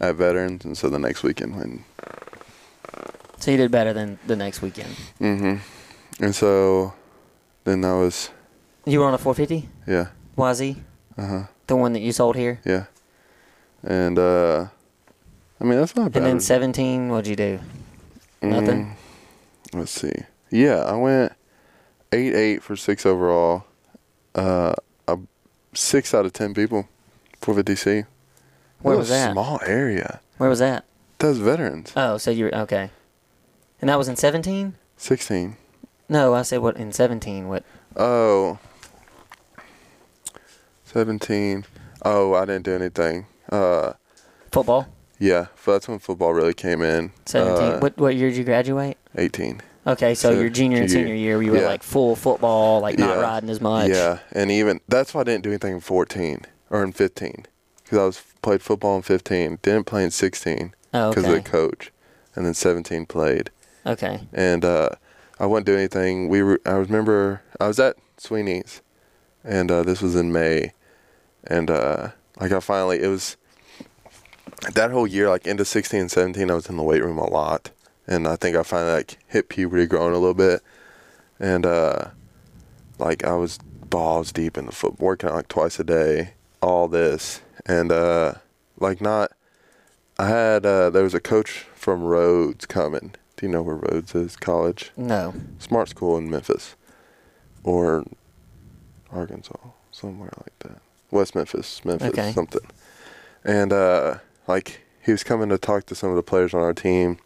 at Veterans, and so the next weekend when. so you did better than the next weekend. Mm-hmm. And so, then that was You were on a 450 yeah, YZ, Uh-huh. the one that you sold here, yeah, and uh, I mean that's not bad. and then 17. What'd you do? Mm, Nothing. Let's see. Yeah, I went eight eight for six overall. Uh, uh six out of ten people for the DC. Where What was a that? Small area. Where was that? That's veterans. Oh, so you were okay. And that was in 17? Sixteen. No, I said what in 17? What? Oh. Seventeen. Oh, I didn't do anything. Uh, Football? yeah, f- that's when football really came in. 17. Uh, what what year did you graduate? Eighteen. Okay, so, so your junior and junior- senior year, you were yeah. like full football, like not Yeah. riding as much. Yeah, and even that's why I didn't do anything in 14 or in 15 because I was played football in 15, didn't play in 16 Oh, because of the okay. coach, and then 17 played, Okay. and uh, I wouldn't do anything. We were, I remember I was at Sweeney's, and uh, this was in May, and uh, like I finally it was that whole year like into 16 and 17 I was in the weight room a lot, and I think I finally like hit puberty, growing a little bit, and uh, like I was balls deep in the foot, working out like twice a day, all this, and uh, like not. I had uh, there was a coach from Rhodes coming. Do you know where Rhodes is? College, No. smart school in Memphis, or Arkansas, somewhere like that. West Memphis, Memphis, Okay. something. And uh, like he was coming to talk to some of the players on our team,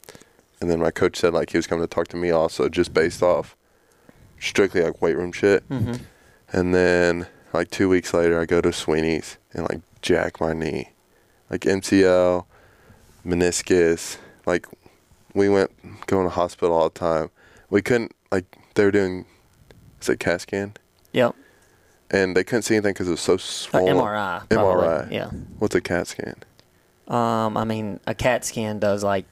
and then my coach said like he was coming to talk to me also, just based off strictly like weight room shit. Mm-hmm. And then Like two weeks later, I go to Sweeney's and like jack my knee, like MCL, meniscus. Like we went going to hospital all the time. We couldn't like they were doing, is it CAT scan? Yep. And they couldn't see anything because it was so Uh, swollen. MRI. Probably. MRI. Yeah. What's a CAT scan? Um, I mean, a CAT scan does like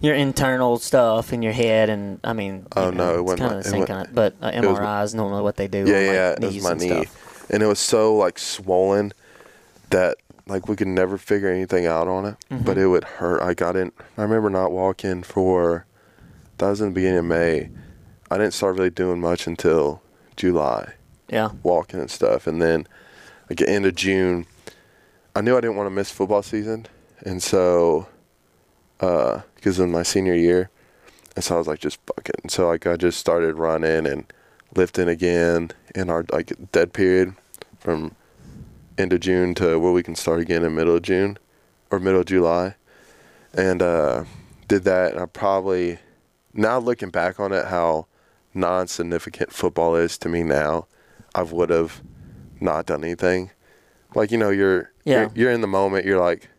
your internal stuff in your head, and I mean, Oh, no, you it know, it's wasn't kind my- of it the same wa- kind. Of, but uh, was my- MRI is normally what they do. yeah, on, like, yeah, it knees was my and knee, Stuff. and it was so like swollen that like we could never figure anything out on it, but it would hurt. I got in. I remember not walking for that was in the beginning of May. I didn't start really doing much until July, Yeah. walking and stuff, and then like the end of June, I knew I didn't want to miss football season, and so because of my senior year, and so I was like, just fuck it. And so like I just started running and lifting again in our like dead period from end of June to where we can start again in middle of June or middle of July, and uh, did that. And I probably now looking back on it, how non-significant football is to me now, I would have not done anything. Like you know, you're Yeah. you're, you're in the moment. You're like,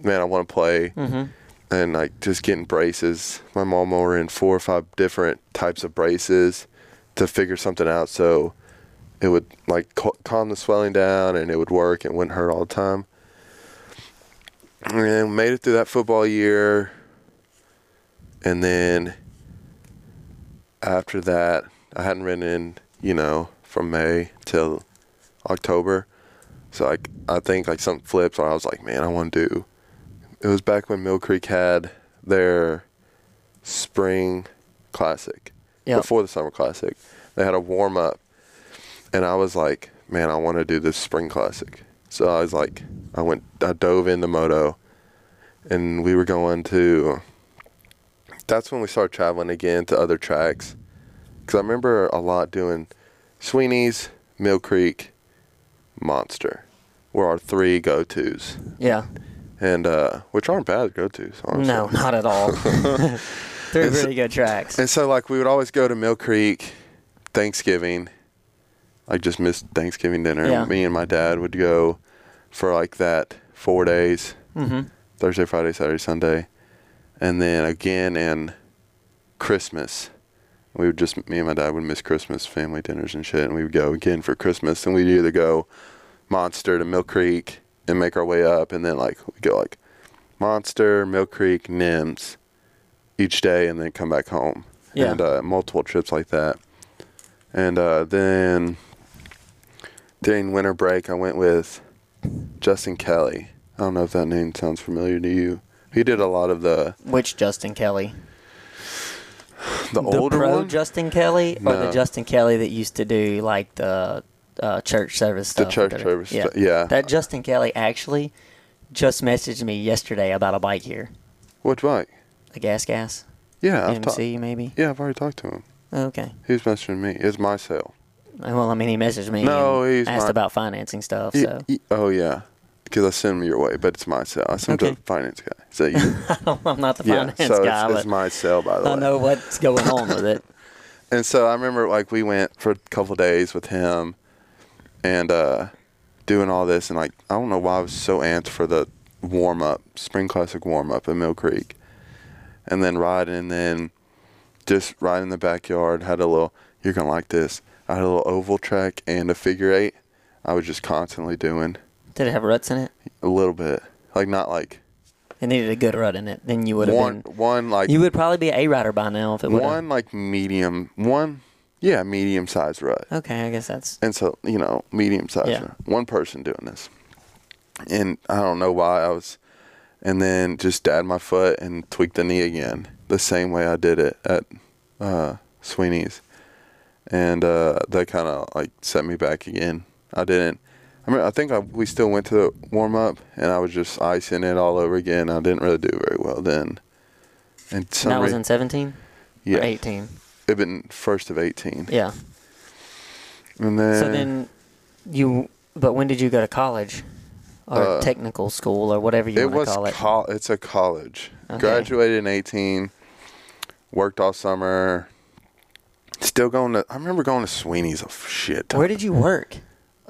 man, I want to play Mm-hmm. and like just getting braces. My mom were in four or five different types of braces to figure something out so it would like cal- calm the swelling down and it would work and wouldn't hurt all the time. And made it through that football year. And then after that, I hadn't ridden in, you know, from May till October. So like I think like something flipped and I was like, man, I want to do it was back when Mill Creek had their spring classic Yeah. before the summer classic. They had a warm up, and I was like, man, I want to do this spring classic. So I was like, I went, I dove into moto, and we were going to. That's when we started traveling again to other tracks, because I remember a lot doing Sweeney's, Mill Creek, Monster, were our three go tos Yeah. and uh, which aren't bad go tos, honestly. No, not at all. [laughs] Three really good tracks. [laughs] And so, like, we would always go to Mill Creek Thanksgiving. I just missed Thanksgiving dinner. Yeah. Me and my dad would go for like that four days Mm-hmm. Thursday, Friday, Saturday, Sunday. And then again in Christmas. We would just, me and my dad would miss Christmas family dinners and shit. And we would go again for Christmas. And we'd either go Monster to Mill Creek and make our way up. And then, like, we'd go like Monster, Mill Creek, Nims each day and then come back home. Yeah. And uh, multiple trips like that. And uh, then during winter break, I went with Justin Kelly. I don't know if that name sounds familiar to you. He did a lot of the Which Justin Kelly? the, older pro one, Justin Kelly or No. the Justin Kelly that used to do like the uh, church service the stuff? church that- service. Yeah. yeah. That Justin Kelly actually just messaged me yesterday about a bike here, Which bike? a gas gas Yeah, I've talked. MC maybe. Yeah, I've already talked to him. Okay. He was messaging me. It's my sale. Uh, Well, I mean, he messaged me. No, and he's asked not- about financing stuff. Ye- So [laughs] ye- oh yeah, because I sent him your way, but it's my sale. I sent him to Okay. the finance guy. So [laughs] you, I'm not the yeah, finance so guy, it's, but it's my uh, sale by the way. I know what's going on with it. And so I remember like we went for a couple days with him and uh doing all this and like I don't know why I was so amped for the warm up, spring classic warm up at Mill Creek. And then riding and then just riding in the backyard, had a little you're gonna like this. I had a little oval track and a figure eight. I was just constantly doing Did it have ruts in it? a little bit. Like not like It needed a good rut in it. Then you would have one been. one like You would probably be a rider by now if it would. one like medium one yeah, medium sized rut. Okay, I guess that's. And so, you know, medium size. Yeah. room. One person doing this. And I don't know why I was and then just dad my foot and tweaked the knee again. The same way I did it at uh Sweeney's. And uh that kinda like set me back again. I didn't I mean I think I, we still went to the warm up and I was just icing it all over again. I didn't really do very well then. And and some that was rea- in 17 yeah, or 18. It'd been first of eighteen. Yeah. And then So then you. But when did you go to college? Or Uh, technical school or whatever you it was want to call it. col- it's a college Okay. graduated in 18 worked all summer Still going to. I remember going to Sweeney's a f- shit. Ton. Where did you work?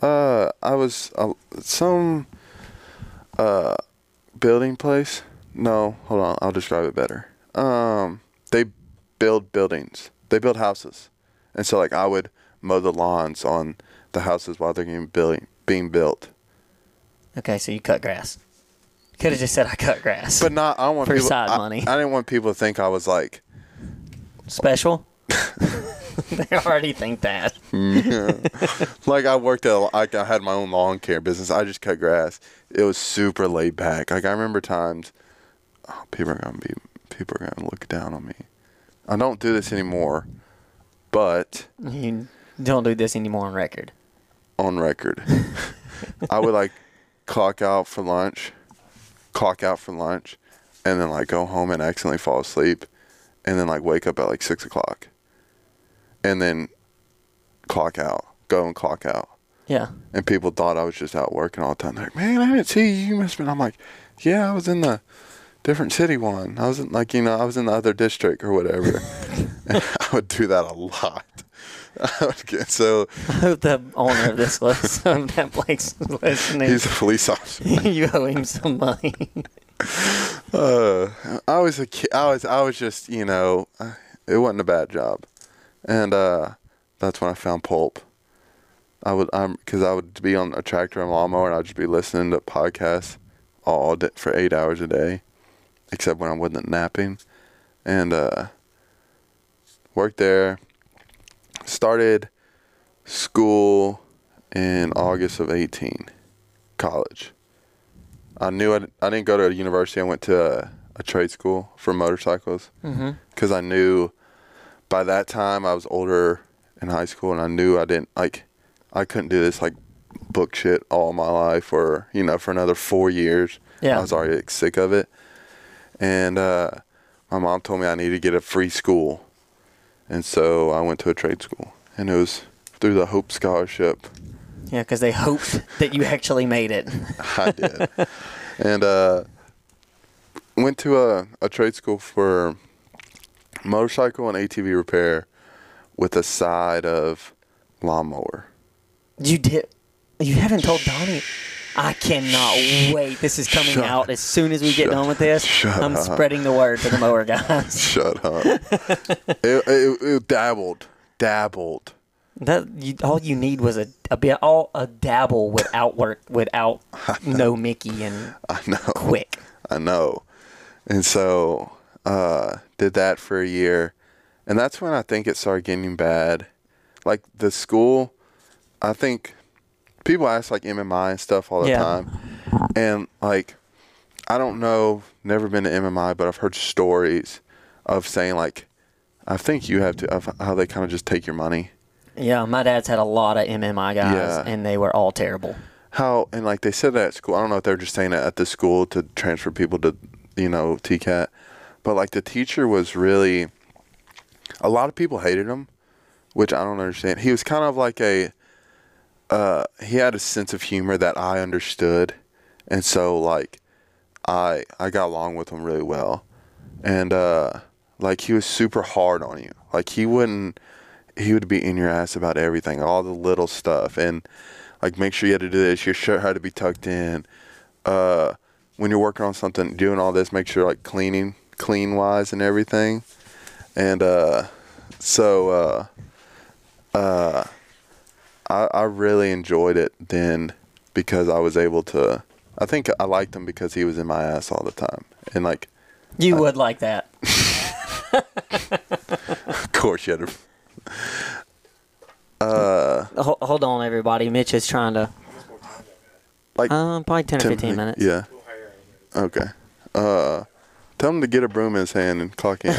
Uh, I was uh, some uh building place. No, hold on. I'll describe it better. Um, they build buildings. They build houses, and so like I would mow the lawns on the houses while they're getting building being built. Okay, so you cut grass. Could have just said I cut grass. But not. I don't want For people. side I, money. I didn't want people to think I was like. [laughs] special. [laughs] they already think that. Like I worked at, like I had my own lawn care business. I just cut grass. It was super laid back. Like I remember times, oh, people are gonna be, people are gonna look down on me. I don't do this anymore, but You don't do this anymore on record. on record, I would like clock out for lunch, clock out for lunch, and then like go home and accidentally fall asleep, and then like wake up at like six o'clock, and then clock out, go and clock out. Yeah. [laughs] and people thought I was just out working all the time. They're like, man, I didn't see you. You must have been. I'm like, yeah, I was in the different city one. I was in, like, you know, I was in the other district or whatever. [laughs] and I would do that a lot. [laughs] I would get, so I hope the owner of this list [laughs] of that place is listening. he's a police officer. [laughs] you owe him some [laughs] money. Uh, I was a kid. I was, I was just, you know, I- it wasn't a bad job. And uh, that's when I found Pulp. I would, I'm, because I would be on a tractor and lawnmower, and I'd just be listening to podcasts all day for eight hours a day, except when I wasn't napping. And uh, worked there. Started school in August of 18, college. I knew I, I didn't go to a university. I went to a, a trade school for motorcycles mm-hmm. because I knew by that time I was older in high school and I knew I didn't like I couldn't do this like book shit all my life or you know for another four years. Yeah. I was already like, sick of it, and uh, my mom told me I needed to get a free school, and so I went to a trade school and it was through the Hope Scholarship. Yeah, because they hoped that you actually made it. [laughs] I did. and uh, went to a, a trade school for motorcycle and ATV repair with a side of lawnmower. You did. You haven't told Donnie. I cannot wait. This is coming Shut- out as soon as we get shut- done with this. shut I'm up. spreading the word to the mower guys. [laughs] Shut up. it, it, it dabbled. Dabbled. That you, all you need was a a bit all a dabble without work [laughs] without no Mickey and I know. quick. I know. And so uh did that for a year. And that's when I think it started getting bad. Like the school I think people ask like MMI and stuff all the Yeah. time. And like I don't know, never been to MMI, but I've heard stories of saying like I think you have to of how they kind of just take your money. Yeah, my dad's had a lot of MMI guys, Yeah. and they were all terrible. How and like they said that at school. I don't know if they're just saying that at the school to transfer people to you know TCAT, but like the teacher was really. A lot of people hated him, which I don't understand. He was kind of like a. Uh, he had a sense of humor that I understood, and so like, I I got along with him really well, and uh, like he was super hard on you. Like he wouldn't. He would be in your ass about everything, all the little stuff, and like make sure you had to do this your shirt had to be tucked in uh when you're working on something doing all this make sure like cleaning clean wise and everything and uh so uh uh i i really enjoyed it then because i was able to i think i liked him because he was in my ass all the time and like You would like that. [laughs] of course you had to [laughs] Ho- hold on, everybody. Mitch is trying to. like Um, probably ten or Tim- fifteen minutes. yeah okay uh tell him to get a broom in his hand and clock [laughs] in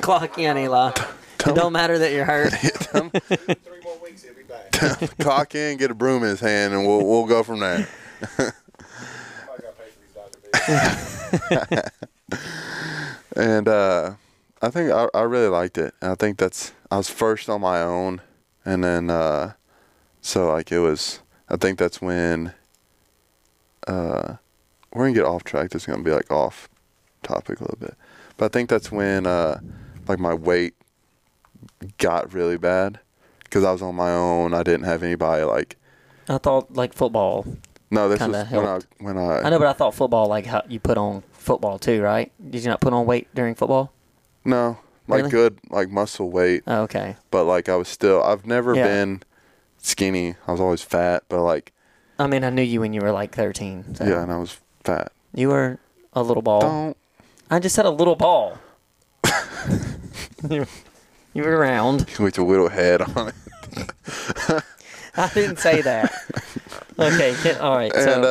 Clock in, Eli. It Tell him- don't matter that you're hurt. Three more weeks, he'll be [laughs] back. Cock in, get a broom in his hand, and we'll we'll go from there. [laughs] I gotta pay for these doctor bills. And uh, I think I, I really liked it. And I think that's I was first on my own, and then uh, so like it was. I think that's when uh, we're gonna get off track. This is gonna be like off topic a little bit, but I think that's when uh, like my weight got really bad because I was on my own. I didn't have anybody like. I thought like football. No, this Kinda was when I, when I. I know, but I thought football like how you put on football too, right? Did you not put on weight during football? No, like Really? good, like muscle weight, Oh, okay. but like I was still. I've never Yeah. been skinny. I was always fat, but like I mean, I knew you when you were like 13. So yeah, and I was fat. You were a little ball. Don't. I just said a little ball. [laughs] you, you were round. With your little head on it. I didn't say [laughs] that. Okay. Can, all right. [laughs] So, and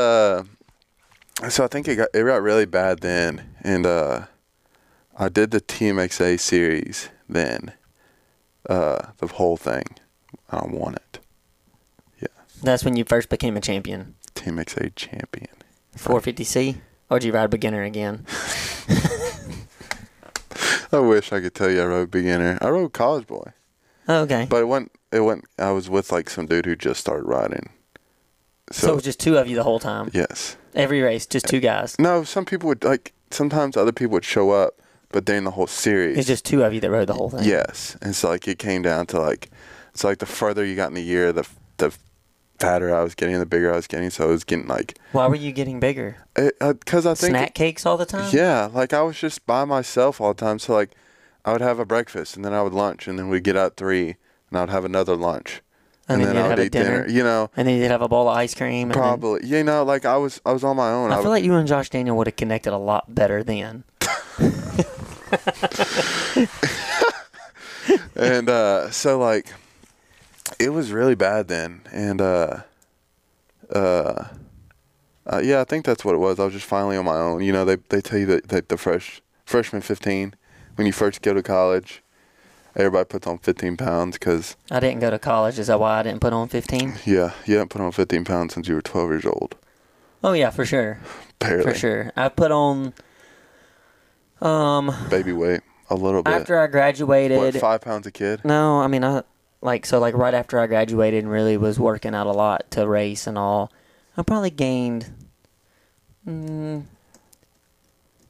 uh, so I think it got it got really bad then, and uh, I did the TMXA series then, uh, the whole thing. I won it, that's when you first became a champion. TMXA champion. 450C. Or did you ride beginner again? I wish I could tell you I rode beginner. I rode college boy, Oh, Okay. but it went it went. I was with like some dude who just started riding. so, it was just two of you the whole time. yes, Every race, just two guys. no. Some people would like sometimes other people would show up, but during the whole series, It's just two of you that rode the whole thing. Yes, and so like it came down to like, it's like the further you got in the year, the the fatter I was getting, the bigger I was getting. So I was getting like, Why were you getting bigger? because I think Snack cakes all the time? yeah, like I was just by myself all the time. So like, I would have a breakfast and then I would lunch and then we'd get out at three and I'd have another lunch And then I would you'd have a eat dinner. dinner. You know, And then you'd have a bowl of ice cream. and then- probably you know like I was I was on my own. I feel would- like you and Josh Daniel would have connected a lot better then. and uh, so like it was really bad then and uh, uh, uh, yeah i think that's what it was i was just finally on my own you know they, they tell you that, that the fresh freshman 15 when you first go to college everybody puts on 15 pounds because I didn't go to college. Is that why I didn't put on [laughs] 15? yeah you haven't put on 15 pounds since you were 12 years old Oh, yeah, for sure. barely For sure. I put on, um, baby weight a little bit after I graduated. what five pounds a kid No, I mean I like so like right after I graduated and really was working out a lot to race and all. I probably gained mm,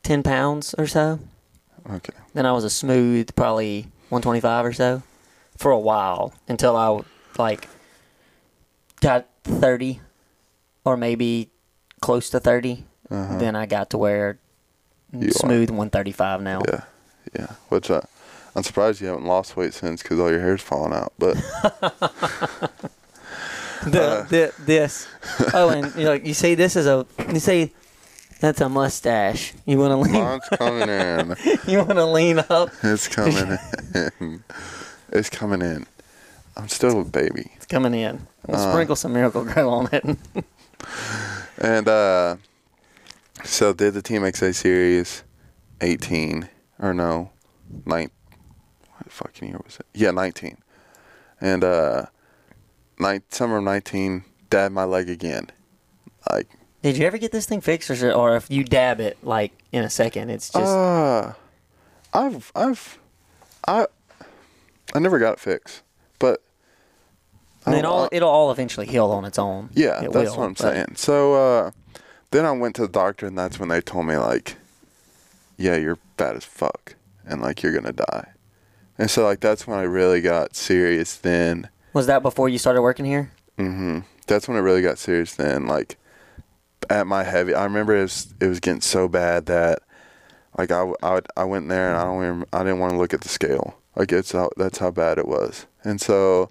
ten pounds or so. okay Then I was a smooth probably one twenty five or so for a while until I like got thirty or maybe close to 30 Then I got to where Uh-huh. You are. smooth one thirty five now. yeah yeah which uh, i'm surprised you haven't lost weight since because all your hair's falling out but the, [laughs] the, this. Oh, and you know, you see, this is a you see, that's a mustache. You want to lean, Mine's coming in. [laughs] you want to lean up. It's coming in. It's coming in. I'm still a baby. It's coming in. We'll Uh-huh. sprinkle some Miracle Grow on it. And uh so did the Team XA series 18 or no, 9 what fucking year was it? Yeah, 19. And uh nine, summer of 19 dabbed my leg again. Like Did you ever get this thing fixed, or, is it- or if you dab it like in a second, it's just Uh, I've I've I I never got it fixed. But I mean, don't- all, it'll all eventually heal on its own. Yeah, It that's will, what I'm but- saying. So uh, then I went to the doctor, and that's when they told me like, "Yeah, you're fat as fuck, and like you're gonna die." And so like that's when I really got serious. Then Was that before you started working here? Mm-hmm. that's when it really got serious. Then like at my heavy, I remember it was it was getting so bad that like I w- I, would- I went there and I don't even I didn't want to look at the scale. Like it's how that's how bad it was. And so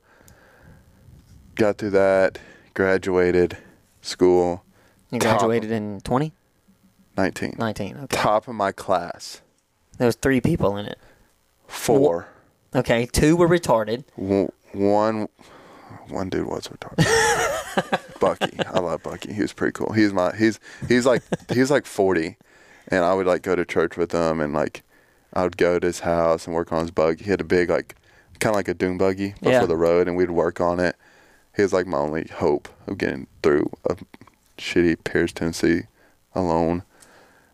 got through that, graduated school. You Top. graduated in 20, 19. 19. Okay, top of my class. there was three people in it. Four. Okay, two were retarded. One, one, one dude was retarded. Bucky, I love Bucky. He was pretty cool. He's my he's he's like he's like forty, and I would like go to church with him, and like I would go to his house and work on his buggy. He had a big like kind of like a doom buggy but Yeah. for the road, and we'd work on it. He was like my only hope of getting through a shitty Pierce, Tennessee, alone,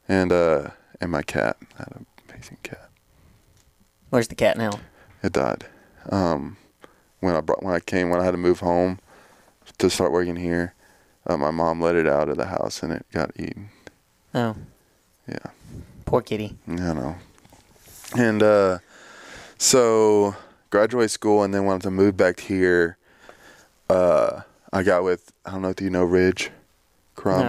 and uh and my cat. I had an amazing cat. Where's the cat now? it died. Um, when I brought, when I came, when I had to move home to start working here, uh, my mom let it out of the house and it got eaten. Oh, Yeah, poor kitty. I know. And uh, so graduated school and then wanted to move back here. Uh, I got with I don't know if you know Ridge, Crum.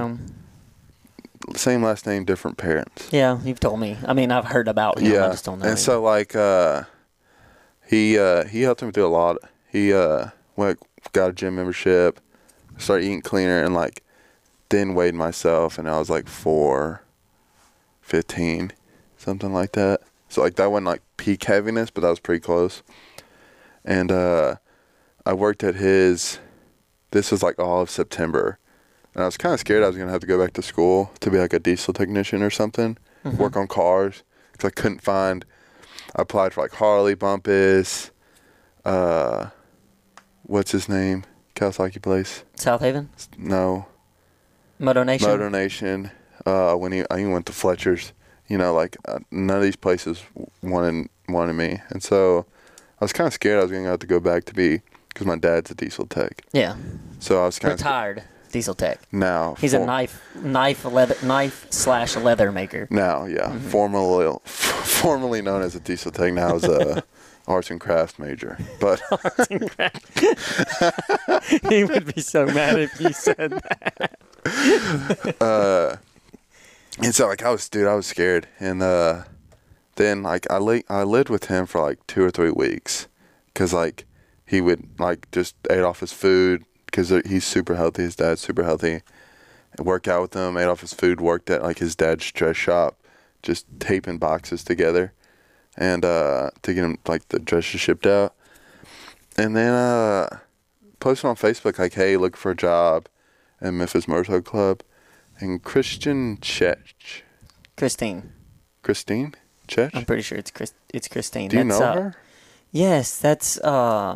Um, Same last name, different parents. yeah, you've told me. I mean, I've heard about him. I just don't know. And him. so like uh he uh he helped him through a lot. He uh went got a gym membership, started eating cleaner and like then weighed myself and I was like four fifteen, something like that. So like that wasn't like peak heaviness, but that was pretty close. And uh I worked at his this was like all of September. And I was kind of scared I was going to have to go back to school to be like a diesel technician or something, Mm-hmm. work on cars. Because I couldn't find, I applied for like Harley Bumpus, uh, what's his name? Kawasaki Place. South Haven, No. Moto Nation. Motor Nation. Uh, when he, I even went to Fletcher's. You know, like uh, none of these places wanted wanted me, and so I was kind of scared I was going to have to go back to be because my dad's a diesel tech. yeah, So I was kind of retired diesel tech. now He's a for- knife, knife, leather, knife slash [laughs] leather maker. Now, yeah, Mm-hmm. formerly [laughs] formerly known as a diesel tech, now is [laughs] a arts and crafts major. But he would be so mad if you said that. And so like I was dude, I was scared. And uh then like I li- I lived with him for like 2 or 3 weeks cuz like he would like just ate off his food cuz he's super healthy, his dad's super healthy. And worked out with him, ate off his food, worked at like his dad's dress shop, just taping boxes together and uh to get him like the dresses shipped out. And then uh posted on Facebook like, "Hey, looking for a job at Memphis Motorcycle Club." And Christian Chech, Christine, Christine Chech. I'm pretty sure it's Chris. It's Christine. Do you that's, know uh, her? Yes, that's uh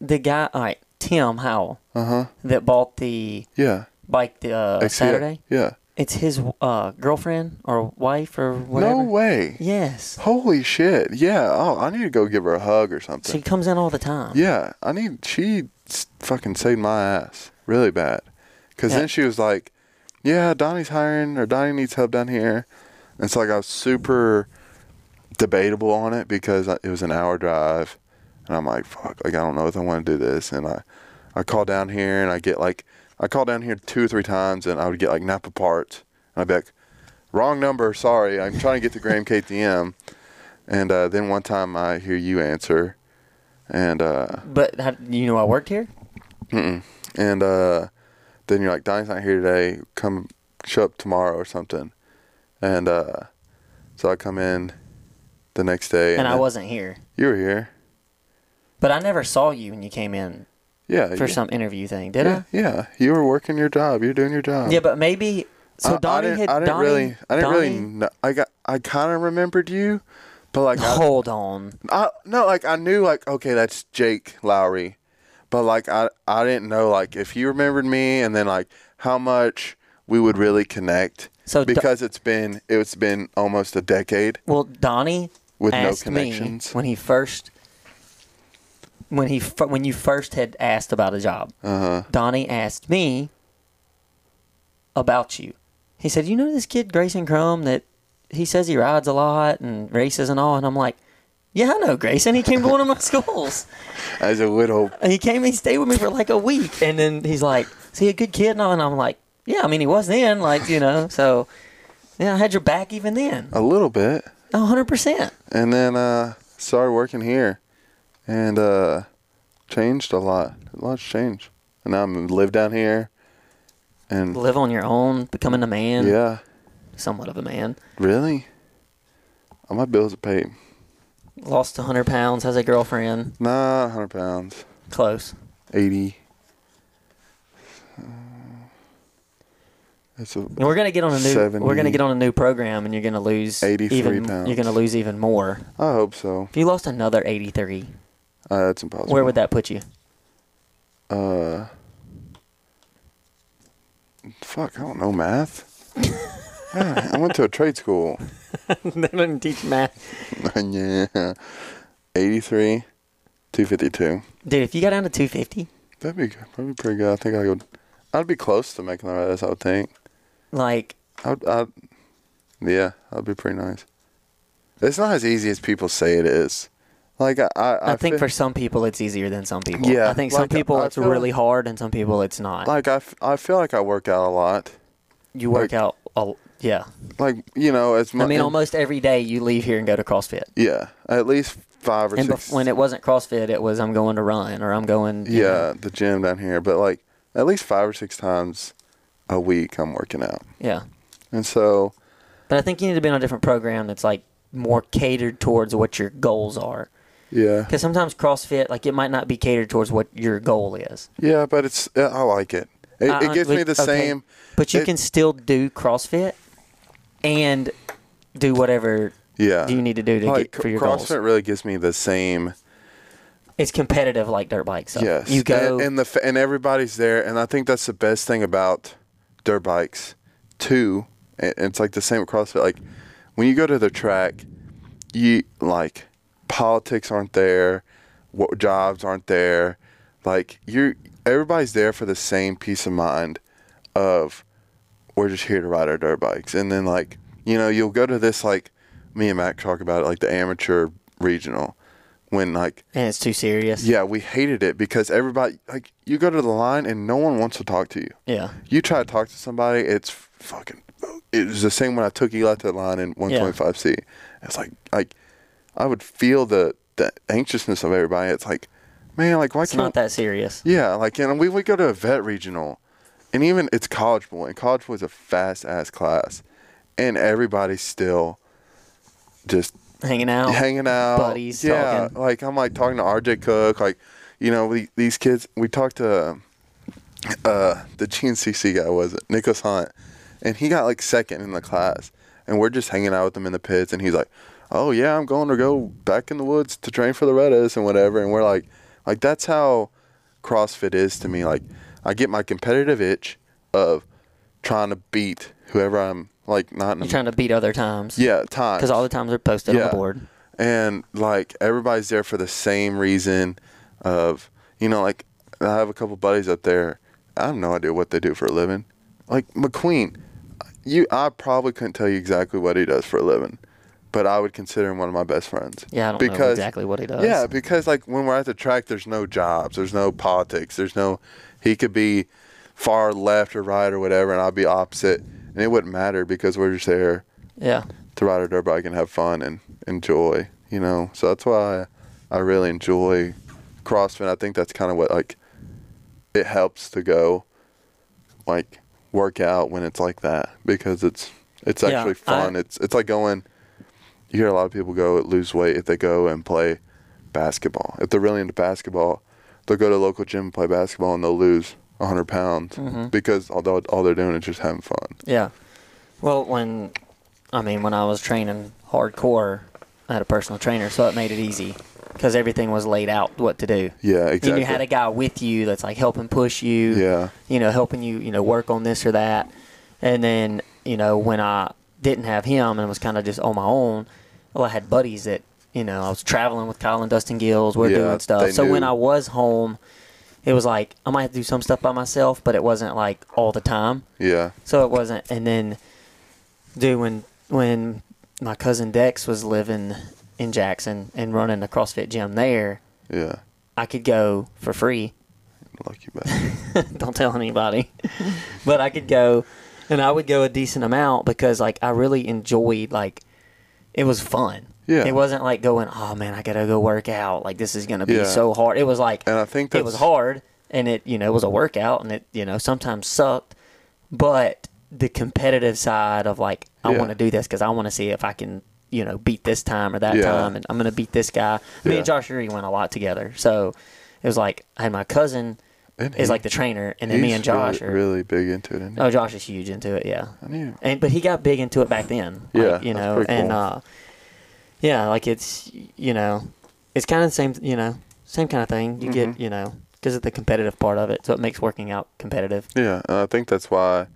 the guy. All right, Tim Howell Uh huh. that bought the Yeah. bike the uh, I see it. Saturday. Yeah. It's his uh, girlfriend or wife or whatever. No way. Yes, Holy shit. Yeah. Oh, I need to go give her a hug or something. she comes in all the time. Yeah, I need. She s- fucking saved my ass really bad, because Yeah. then she was like, "Yeah, Donnie's hiring, or Donnie needs help down here," and so like I was super debatable on it because I- it was an hour drive, and I'm like, "Fuck, like I don't know if I want to do this," and I, I call down here and I get like, I call down here two or three times and I would get like Napa parts, and I'd be like, "Wrong number, sorry, I'm trying to get to Graham KTM," and uh, then one time I hear you answer. And uh, But how, you know, I worked here. and uh, then you're like, Donnie's not here today. Come show up tomorrow or something. And uh, so I come in the next day, and I then- wasn't here. You were here, But I never saw you when you came Uh, in yeah. for you- some interview thing, did yeah, yeah. You were working your job. You're doing your job. I? Yeah, but maybe. I- So I, Donnie didn't, had I didn't Donnie, really, I didn't really. Donnie- Know, I got, I kind of remembered you, but like, I- Hold on. I no, like I knew like okay, that's Jake Lowry, but like I I didn't know like if you remembered me and then like how much we would really connect. So do- because it's been it's been almost a decade. Well, Donnie With no asked me connections. when he first when he fir- when you first had asked about a job. Uh huh. Donnie asked me about you. He said, "You know this kid Grayson Crum that he says he rides a lot and races and all." And I'm like, "Yeah, I know Grayson. He came to one of my [laughs] schools." As a little And he came and he stayed with me for like a week. And then he's like, Is he a good kid? And all? And I'm like, Yeah, I mean, he was then. Like, you know, so, yeah, I had your back even then. a little bit, 100%. and then uh started working here, and uh changed a lot. A lot's changed, and now I'm live down here, and Live on your own, becoming a man, yeah, somewhat of a man. really, all my bills are paid. Lost 100 pounds, has a girlfriend. Nah, hundred pounds. Close. 80. That's a, And we're gonna get on a new. We're 70. gonna get on a new program, and you're gonna lose 83 even. pounds. You're gonna lose even more. I hope so. If you lost another 83, Uh, that's impossible. where would that put you? Uh, fuck, I don't know [laughs] math. yeah, I went to a trade school. [laughs] [laughs] they didn't teach math, yeah. 83, 252. dude. If you got down to 250, That'd be, good. that'd be pretty good. I think I would. I'd be close to making the rest, I would think. like I'd, I'd, yeah, that'd be pretty nice. It's not as easy as people say it is. Like I, I, I, think feel- for some people it's easier than some people. Yeah, I think some like, people I it's feel- really hard and some people it's not. like I, f- I feel like I work out a lot. you work like- out a, yeah. Like you know, as much. I mean almost every day you leave here and go to CrossFit. Yeah, at least five or And six. bef- when it wasn't CrossFit it was I'm going to run or I'm going you know, yeah, the gym down here, but like at least five or six times a week, I'm working out, yeah. and so But I think you need to be on a different program that's like more catered towards what your goals are. yeah, Because sometimes CrossFit, like it might not be catered towards what your goal is. yeah. But it's uh, I like it. It, I- it I- gives we- me the Uh-uh, okay. same. But you it- can still do CrossFit and do whatever Yeah. you need to do to Uh, like, get for your CrossFit goals. really gives me the same. It's competitive like dirt bike. So Yes. you go. and, and the f- and everybody's there, and I think that's the best thing about dirt bikes. Too, and and it's like the same with CrossFit. Like when you go to the track, you like politics aren't there, what jobs aren't there. Like you, everybody's there for the same peace of mind of we're just here to ride our dirt bikes. And then like, you know, you'll go to this like me and Mac talk about it, like the amateur regional when like and it's too serious. yeah, we hated it because everybody like you go to the line and no one wants to talk to you. Yeah. You try to talk to somebody, it's fucking. It was the same when I took Eli to the line in 125C. It's like like I would feel the the anxiousness of everybody. It's like, man, like why It's can't not that serious. yeah, like and we would go to a vet regional, and even it's college bowl, and college bowl is a fast ass class, and everybody's still just Hanging out. hanging out, buddies Yeah, talking. like I'm like talking to RJ Cook, like you know we, these kids. We talked to uh, the GNCC guy was it Nicholas Hunt, and he got like second in the class, and we're just hanging out with him in the pits, and he's like, "Oh yeah, I'm going to go back in the woods to train for the Redas and whatever," and we're like, like that's how CrossFit is to me. Like I get my competitive itch of trying to beat whoever I'm like not in You're a, trying to beat other times. yeah time Because all the times are posted on Yeah. the board. and like everybody's there for the same reason of you know like i have a couple buddies up there i have no idea what they do for a living like mcqueen you i probably couldn't tell you exactly what he does for a living but i would consider him one of my best friends Yeah, I don't know exactly what he does. yeah, because like when we're at the track, there's no jobs, there's no politics, there's no. He could be far left or right or whatever, and I'd be opposite, and it wouldn't matter because we're just there Yeah. to ride our dirt bike and have fun and enjoy, you know. So that's why I really enjoy CrossFit. I think that's kind of what like it helps to go like work out when it's like that because it's it's Yeah, actually I- fun. it's it's like going. You hear a lot of people go lose weight if they go and play basketball. If they're really into basketball, they'll go to a local gym and play basketball and they'll lose 100 pounds Mm-hmm. because although all they're doing is just having fun. Yeah. Well, when I mean, when I was training hardcore, I had a personal trainer, so it made it easy because everything was laid out what to do. Yeah, And exactly. you had a guy with you that's like helping push you. Yeah. You know, helping you, you know, work on this or that. And then, you know, when I didn't have him and was kind of just on my own, well, I had buddies that, you know, I was traveling with Kyle and Dustin Gills. We're Yeah, doing they stuff. So when knew. I was home, it was like I might have to do some stuff by myself, but it wasn't like all the time. yeah. So it wasn't. And then, dude, when when my cousin Dex was living in Jackson and running the CrossFit gym there, Yeah. I could go for free. Lucky bastard. [laughs] Don't tell anybody, but I could go, and I would go a decent amount because like I really enjoyed like it was fun. Yeah. It wasn't like going, oh man, I gotta go work out. Like this is gonna be Yeah. so hard. It was like [laughs] And I think it was that's- hard, and it you know was a workout, and it you know sometimes sucked, but the competitive side of like I Yeah. want to do this because I want to see if I can you know beat this time or that Yeah. time, and I'm gonna beat this guy. Me Yeah. and Josh Uri went a lot together, so it was like I had my cousin And is he- like the trainer, and then me He's and Josh really, are. really big into it. Isn't he? Oh, Josh is huge into it. Yeah, I knew. and but he got big into it back then. like, Yeah, you that's know, pretty and cool. uh, yeah, like it's you know, it's kind of the same you know same kind of thing. You Mm-hmm. get you know because of the competitive part of it, so it makes working out competitive. Yeah, and I think that's why,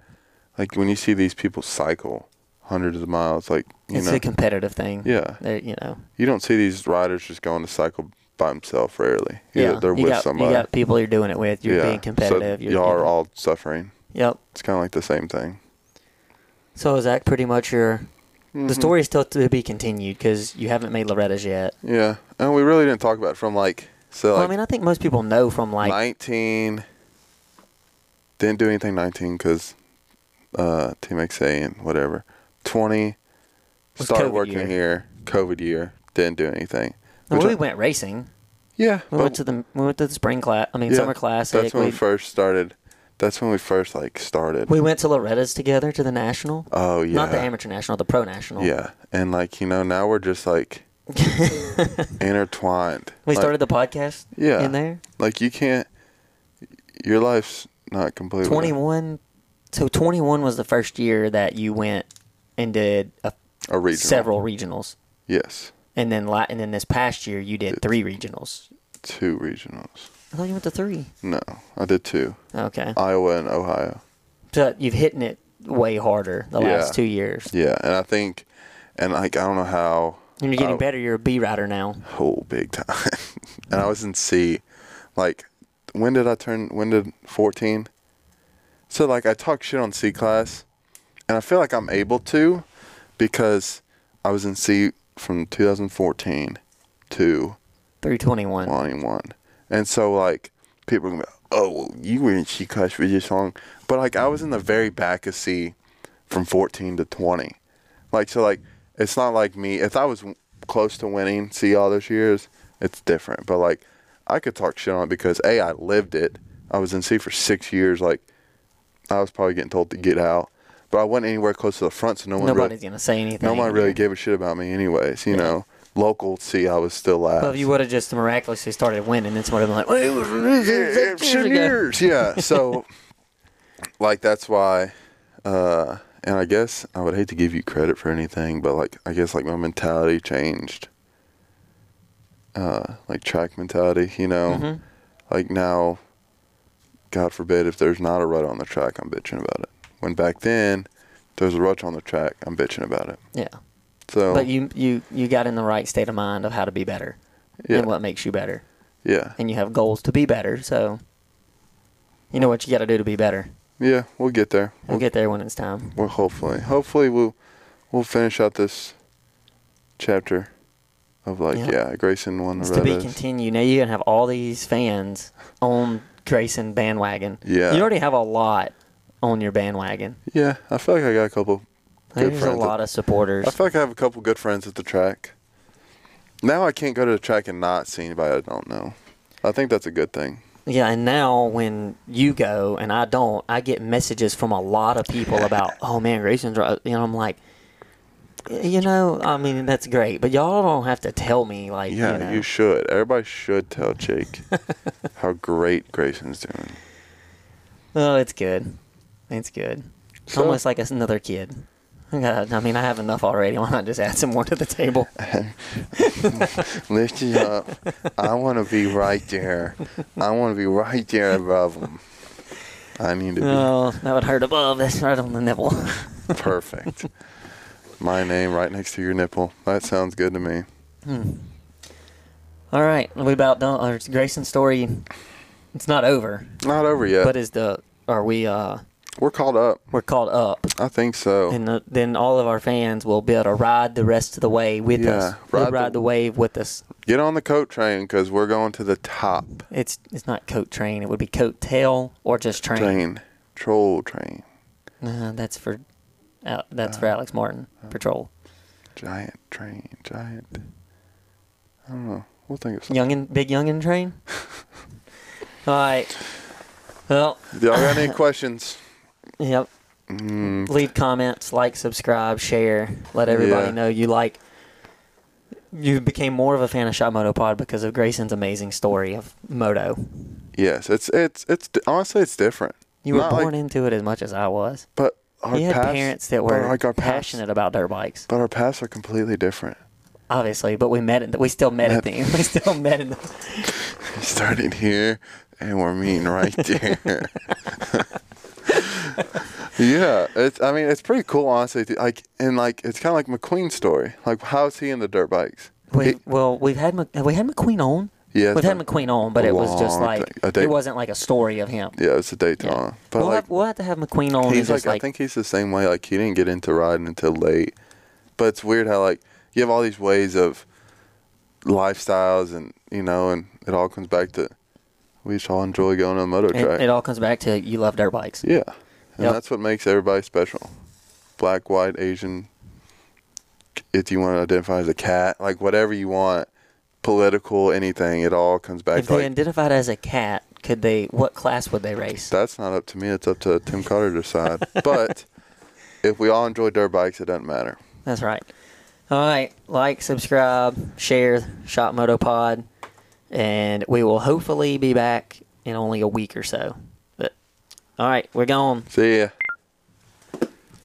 like, when you see these people cycle hundreds of miles, like you it's know, a competitive thing. Yeah. They're, you know. you don't see these riders just going to cycle by himself. Rarely, Either they're you with got, somebody. You got people you're doing it with. You're yeah. being competitive. So you're, y'all you are know. all suffering. Yep. It's kind of like the same thing. So is that pretty much your Mm-hmm. The story is still to be continued because you haven't made Loretta's yet. Yeah, and we really didn't talk about it from like so well, I like mean, I think most people know from like 19. Didn't do anything 19 because uh, Team XA and whatever. 20. Was Started COVID working year. here. COVID year. Didn't do anything. well, Which we I- went racing. yeah. We but- went to the we went to the spring class. I mean, Oh. yeah, summer classic. That's when we we, first started. That's when we first like started. we went to Loretta's together to the national. oh yeah. Not the amateur national, the pro national. [laughs] Yeah, and like you know now we're just like intertwined. We Like- started the podcast Yeah. in there. Like you can't. Your life's not completely. 21. So 21 was the first year that you went and did a, A regional. several regionals. Yes, And then la- and then this past year you did three regionals. two regionals. I thought you went to three. No, I did two. Okay. Iowa and Ohio. So you've hitting it way harder the Yeah. last two years. Yeah, and I think, and like I don't know how. And you're getting Oh. better. You're a B rider now. Oh, big time. [laughs] and I was in C. Like, when did I turn? When did fourteen? So like I talk shit on C class, and I feel like I'm able to, because I was in C from 2014 to 321. 21. And so, like, people are going to be, oh, well, you were in She Clash for this long. But, like, I was in the very back of C from 14 to 20. Like, so, like, it's not like me. If I was w- close to winning C all those years, it's different. But, like, I could talk shit on it because, A, I lived it. I was in C for six years. Like, I was probably getting told to get out. But I wasn't anywhere close to the front, so no one really, Nobody's gonna say anything. no one really gave a shit about me, anyways. You know, local C, I was still last. Well, if you would have just miraculously started winning, it's would have been like, "Well, it was Yeah, Engineers. Yeah. So, like, that's why. Uh, and I guess I would hate to give you credit for anything, but like, I guess like my mentality changed. Uh, like track mentality, you know. Mm-hmm. Like now, God forbid if there's not a rut on the track, I'm bitching about it. When back then, there's a rut on the track, I'm bitching about it. yeah." So But you you you got in the right state of mind of how to be better yeah, and what makes you better, yeah, and you have goals to be better. So you know what you got to do to be better. yeah. We'll get there. We'll get there when it's time. Well, hopefully, hopefully we'll we'll finish out this chapter of like Yeah. yeah, Grayson won the It's to be Reddit. continued. Now you're gonna have all these fans on Grayson bandwagon. Yeah. you already have a lot on your bandwagon. yeah, I feel like I got a couple. Good There's a friends lot at- of supporters. I feel like I have a couple good friends at the track. Now I can't go to the track and not see anybody I don't know. I think that's a good thing. Yeah, and now when you go and I don't, I get messages from a lot [laughs] of people about, oh man, Grayson's right. You know, I'm like, you know, I mean, that's great, but y'all don't have to tell me, like, Yeah, you know. you should. Everybody should tell [laughs] Jake how great Grayson's doing. oh, it's good. It's good. It's So- Almost like it's another kid. Oh, God, I mean, I have enough already. [laughs] Why not just add some more to [laughs] the table? Lift it up. I want to be right there. I want to be right there above him. I need to be. Oh, that would hurt above. That's right on the nipple. [laughs] Perfect. My name right next to your nipple. That sounds good to me. All right, we about done. Or it's Grayson's story. It's not over, Not over yet. but is the are we uh We're caught up. we're called up. I think so. and the, then all of our fans will be able to ride the rest of the way with Yeah, us. They'll ride Ride, the- the, wave with us. Get on the coat train because we're going to the top It's it's not coat train. It would be coat tail or just train. train. Troll train. Uh, that's for Al that's Uh, for Alex Martin patrol. Giant train. Giant. I don't know. We'll think of something. Youngin, big youngin [laughs] train. all right. Well, Y'all got [laughs] any questions? Hmm, yep. Leave comments, like, subscribe, share. Let everybody Yeah. know you like. You became more of a fan of Shot Moto Pod because of Grayson's amazing story of Moto. Yes. It's it's it's honestly it's different. You were Not born like- into it as much as I was. But our he had paths- parents that but, were like our paths- passionate about dirt bikes, but our paths are completely different. obviously. But we met. In, we still met at the. [laughs] We still met in the. We started here and we're meeting right there. yeah, it's. I mean, it's pretty cool, honestly. to- Like, and like, it's kind of like McQueen's story. Like, how's he in the dirt bikes? We, He- well, we've had Mc- have we had McQueen on. Yeah, it's we've had been McQueen on, but it was just long like thing. I think- it wasn't like a story of him. yeah, it's a Daytona, but we'll, like, have, we'll have to have McQueen on. and he's like, just like, I think he's the same way. Like, he didn't get into riding until late, but it's weird how like you have all these ways of lifestyles and you know, and it all comes back to we just all enjoy going on a moto It, track. it all comes back to you love dirt bikes. yeah, and Yep. that's what makes everybody special. Black, white, Asian. If you want to identify as a cat, like whatever you want, political, anything, it all comes back If to they like, identified as a cat, could they? What class would they race? That's not up to me. It's up to Tim Carter to [laughs] decide. but if we all enjoy dirt bikes, it doesn't matter. That's right. All right, like, subscribe, share Shop Moto Pod, and we will hopefully be back in only a week or so. But all right, we're gone. See ya.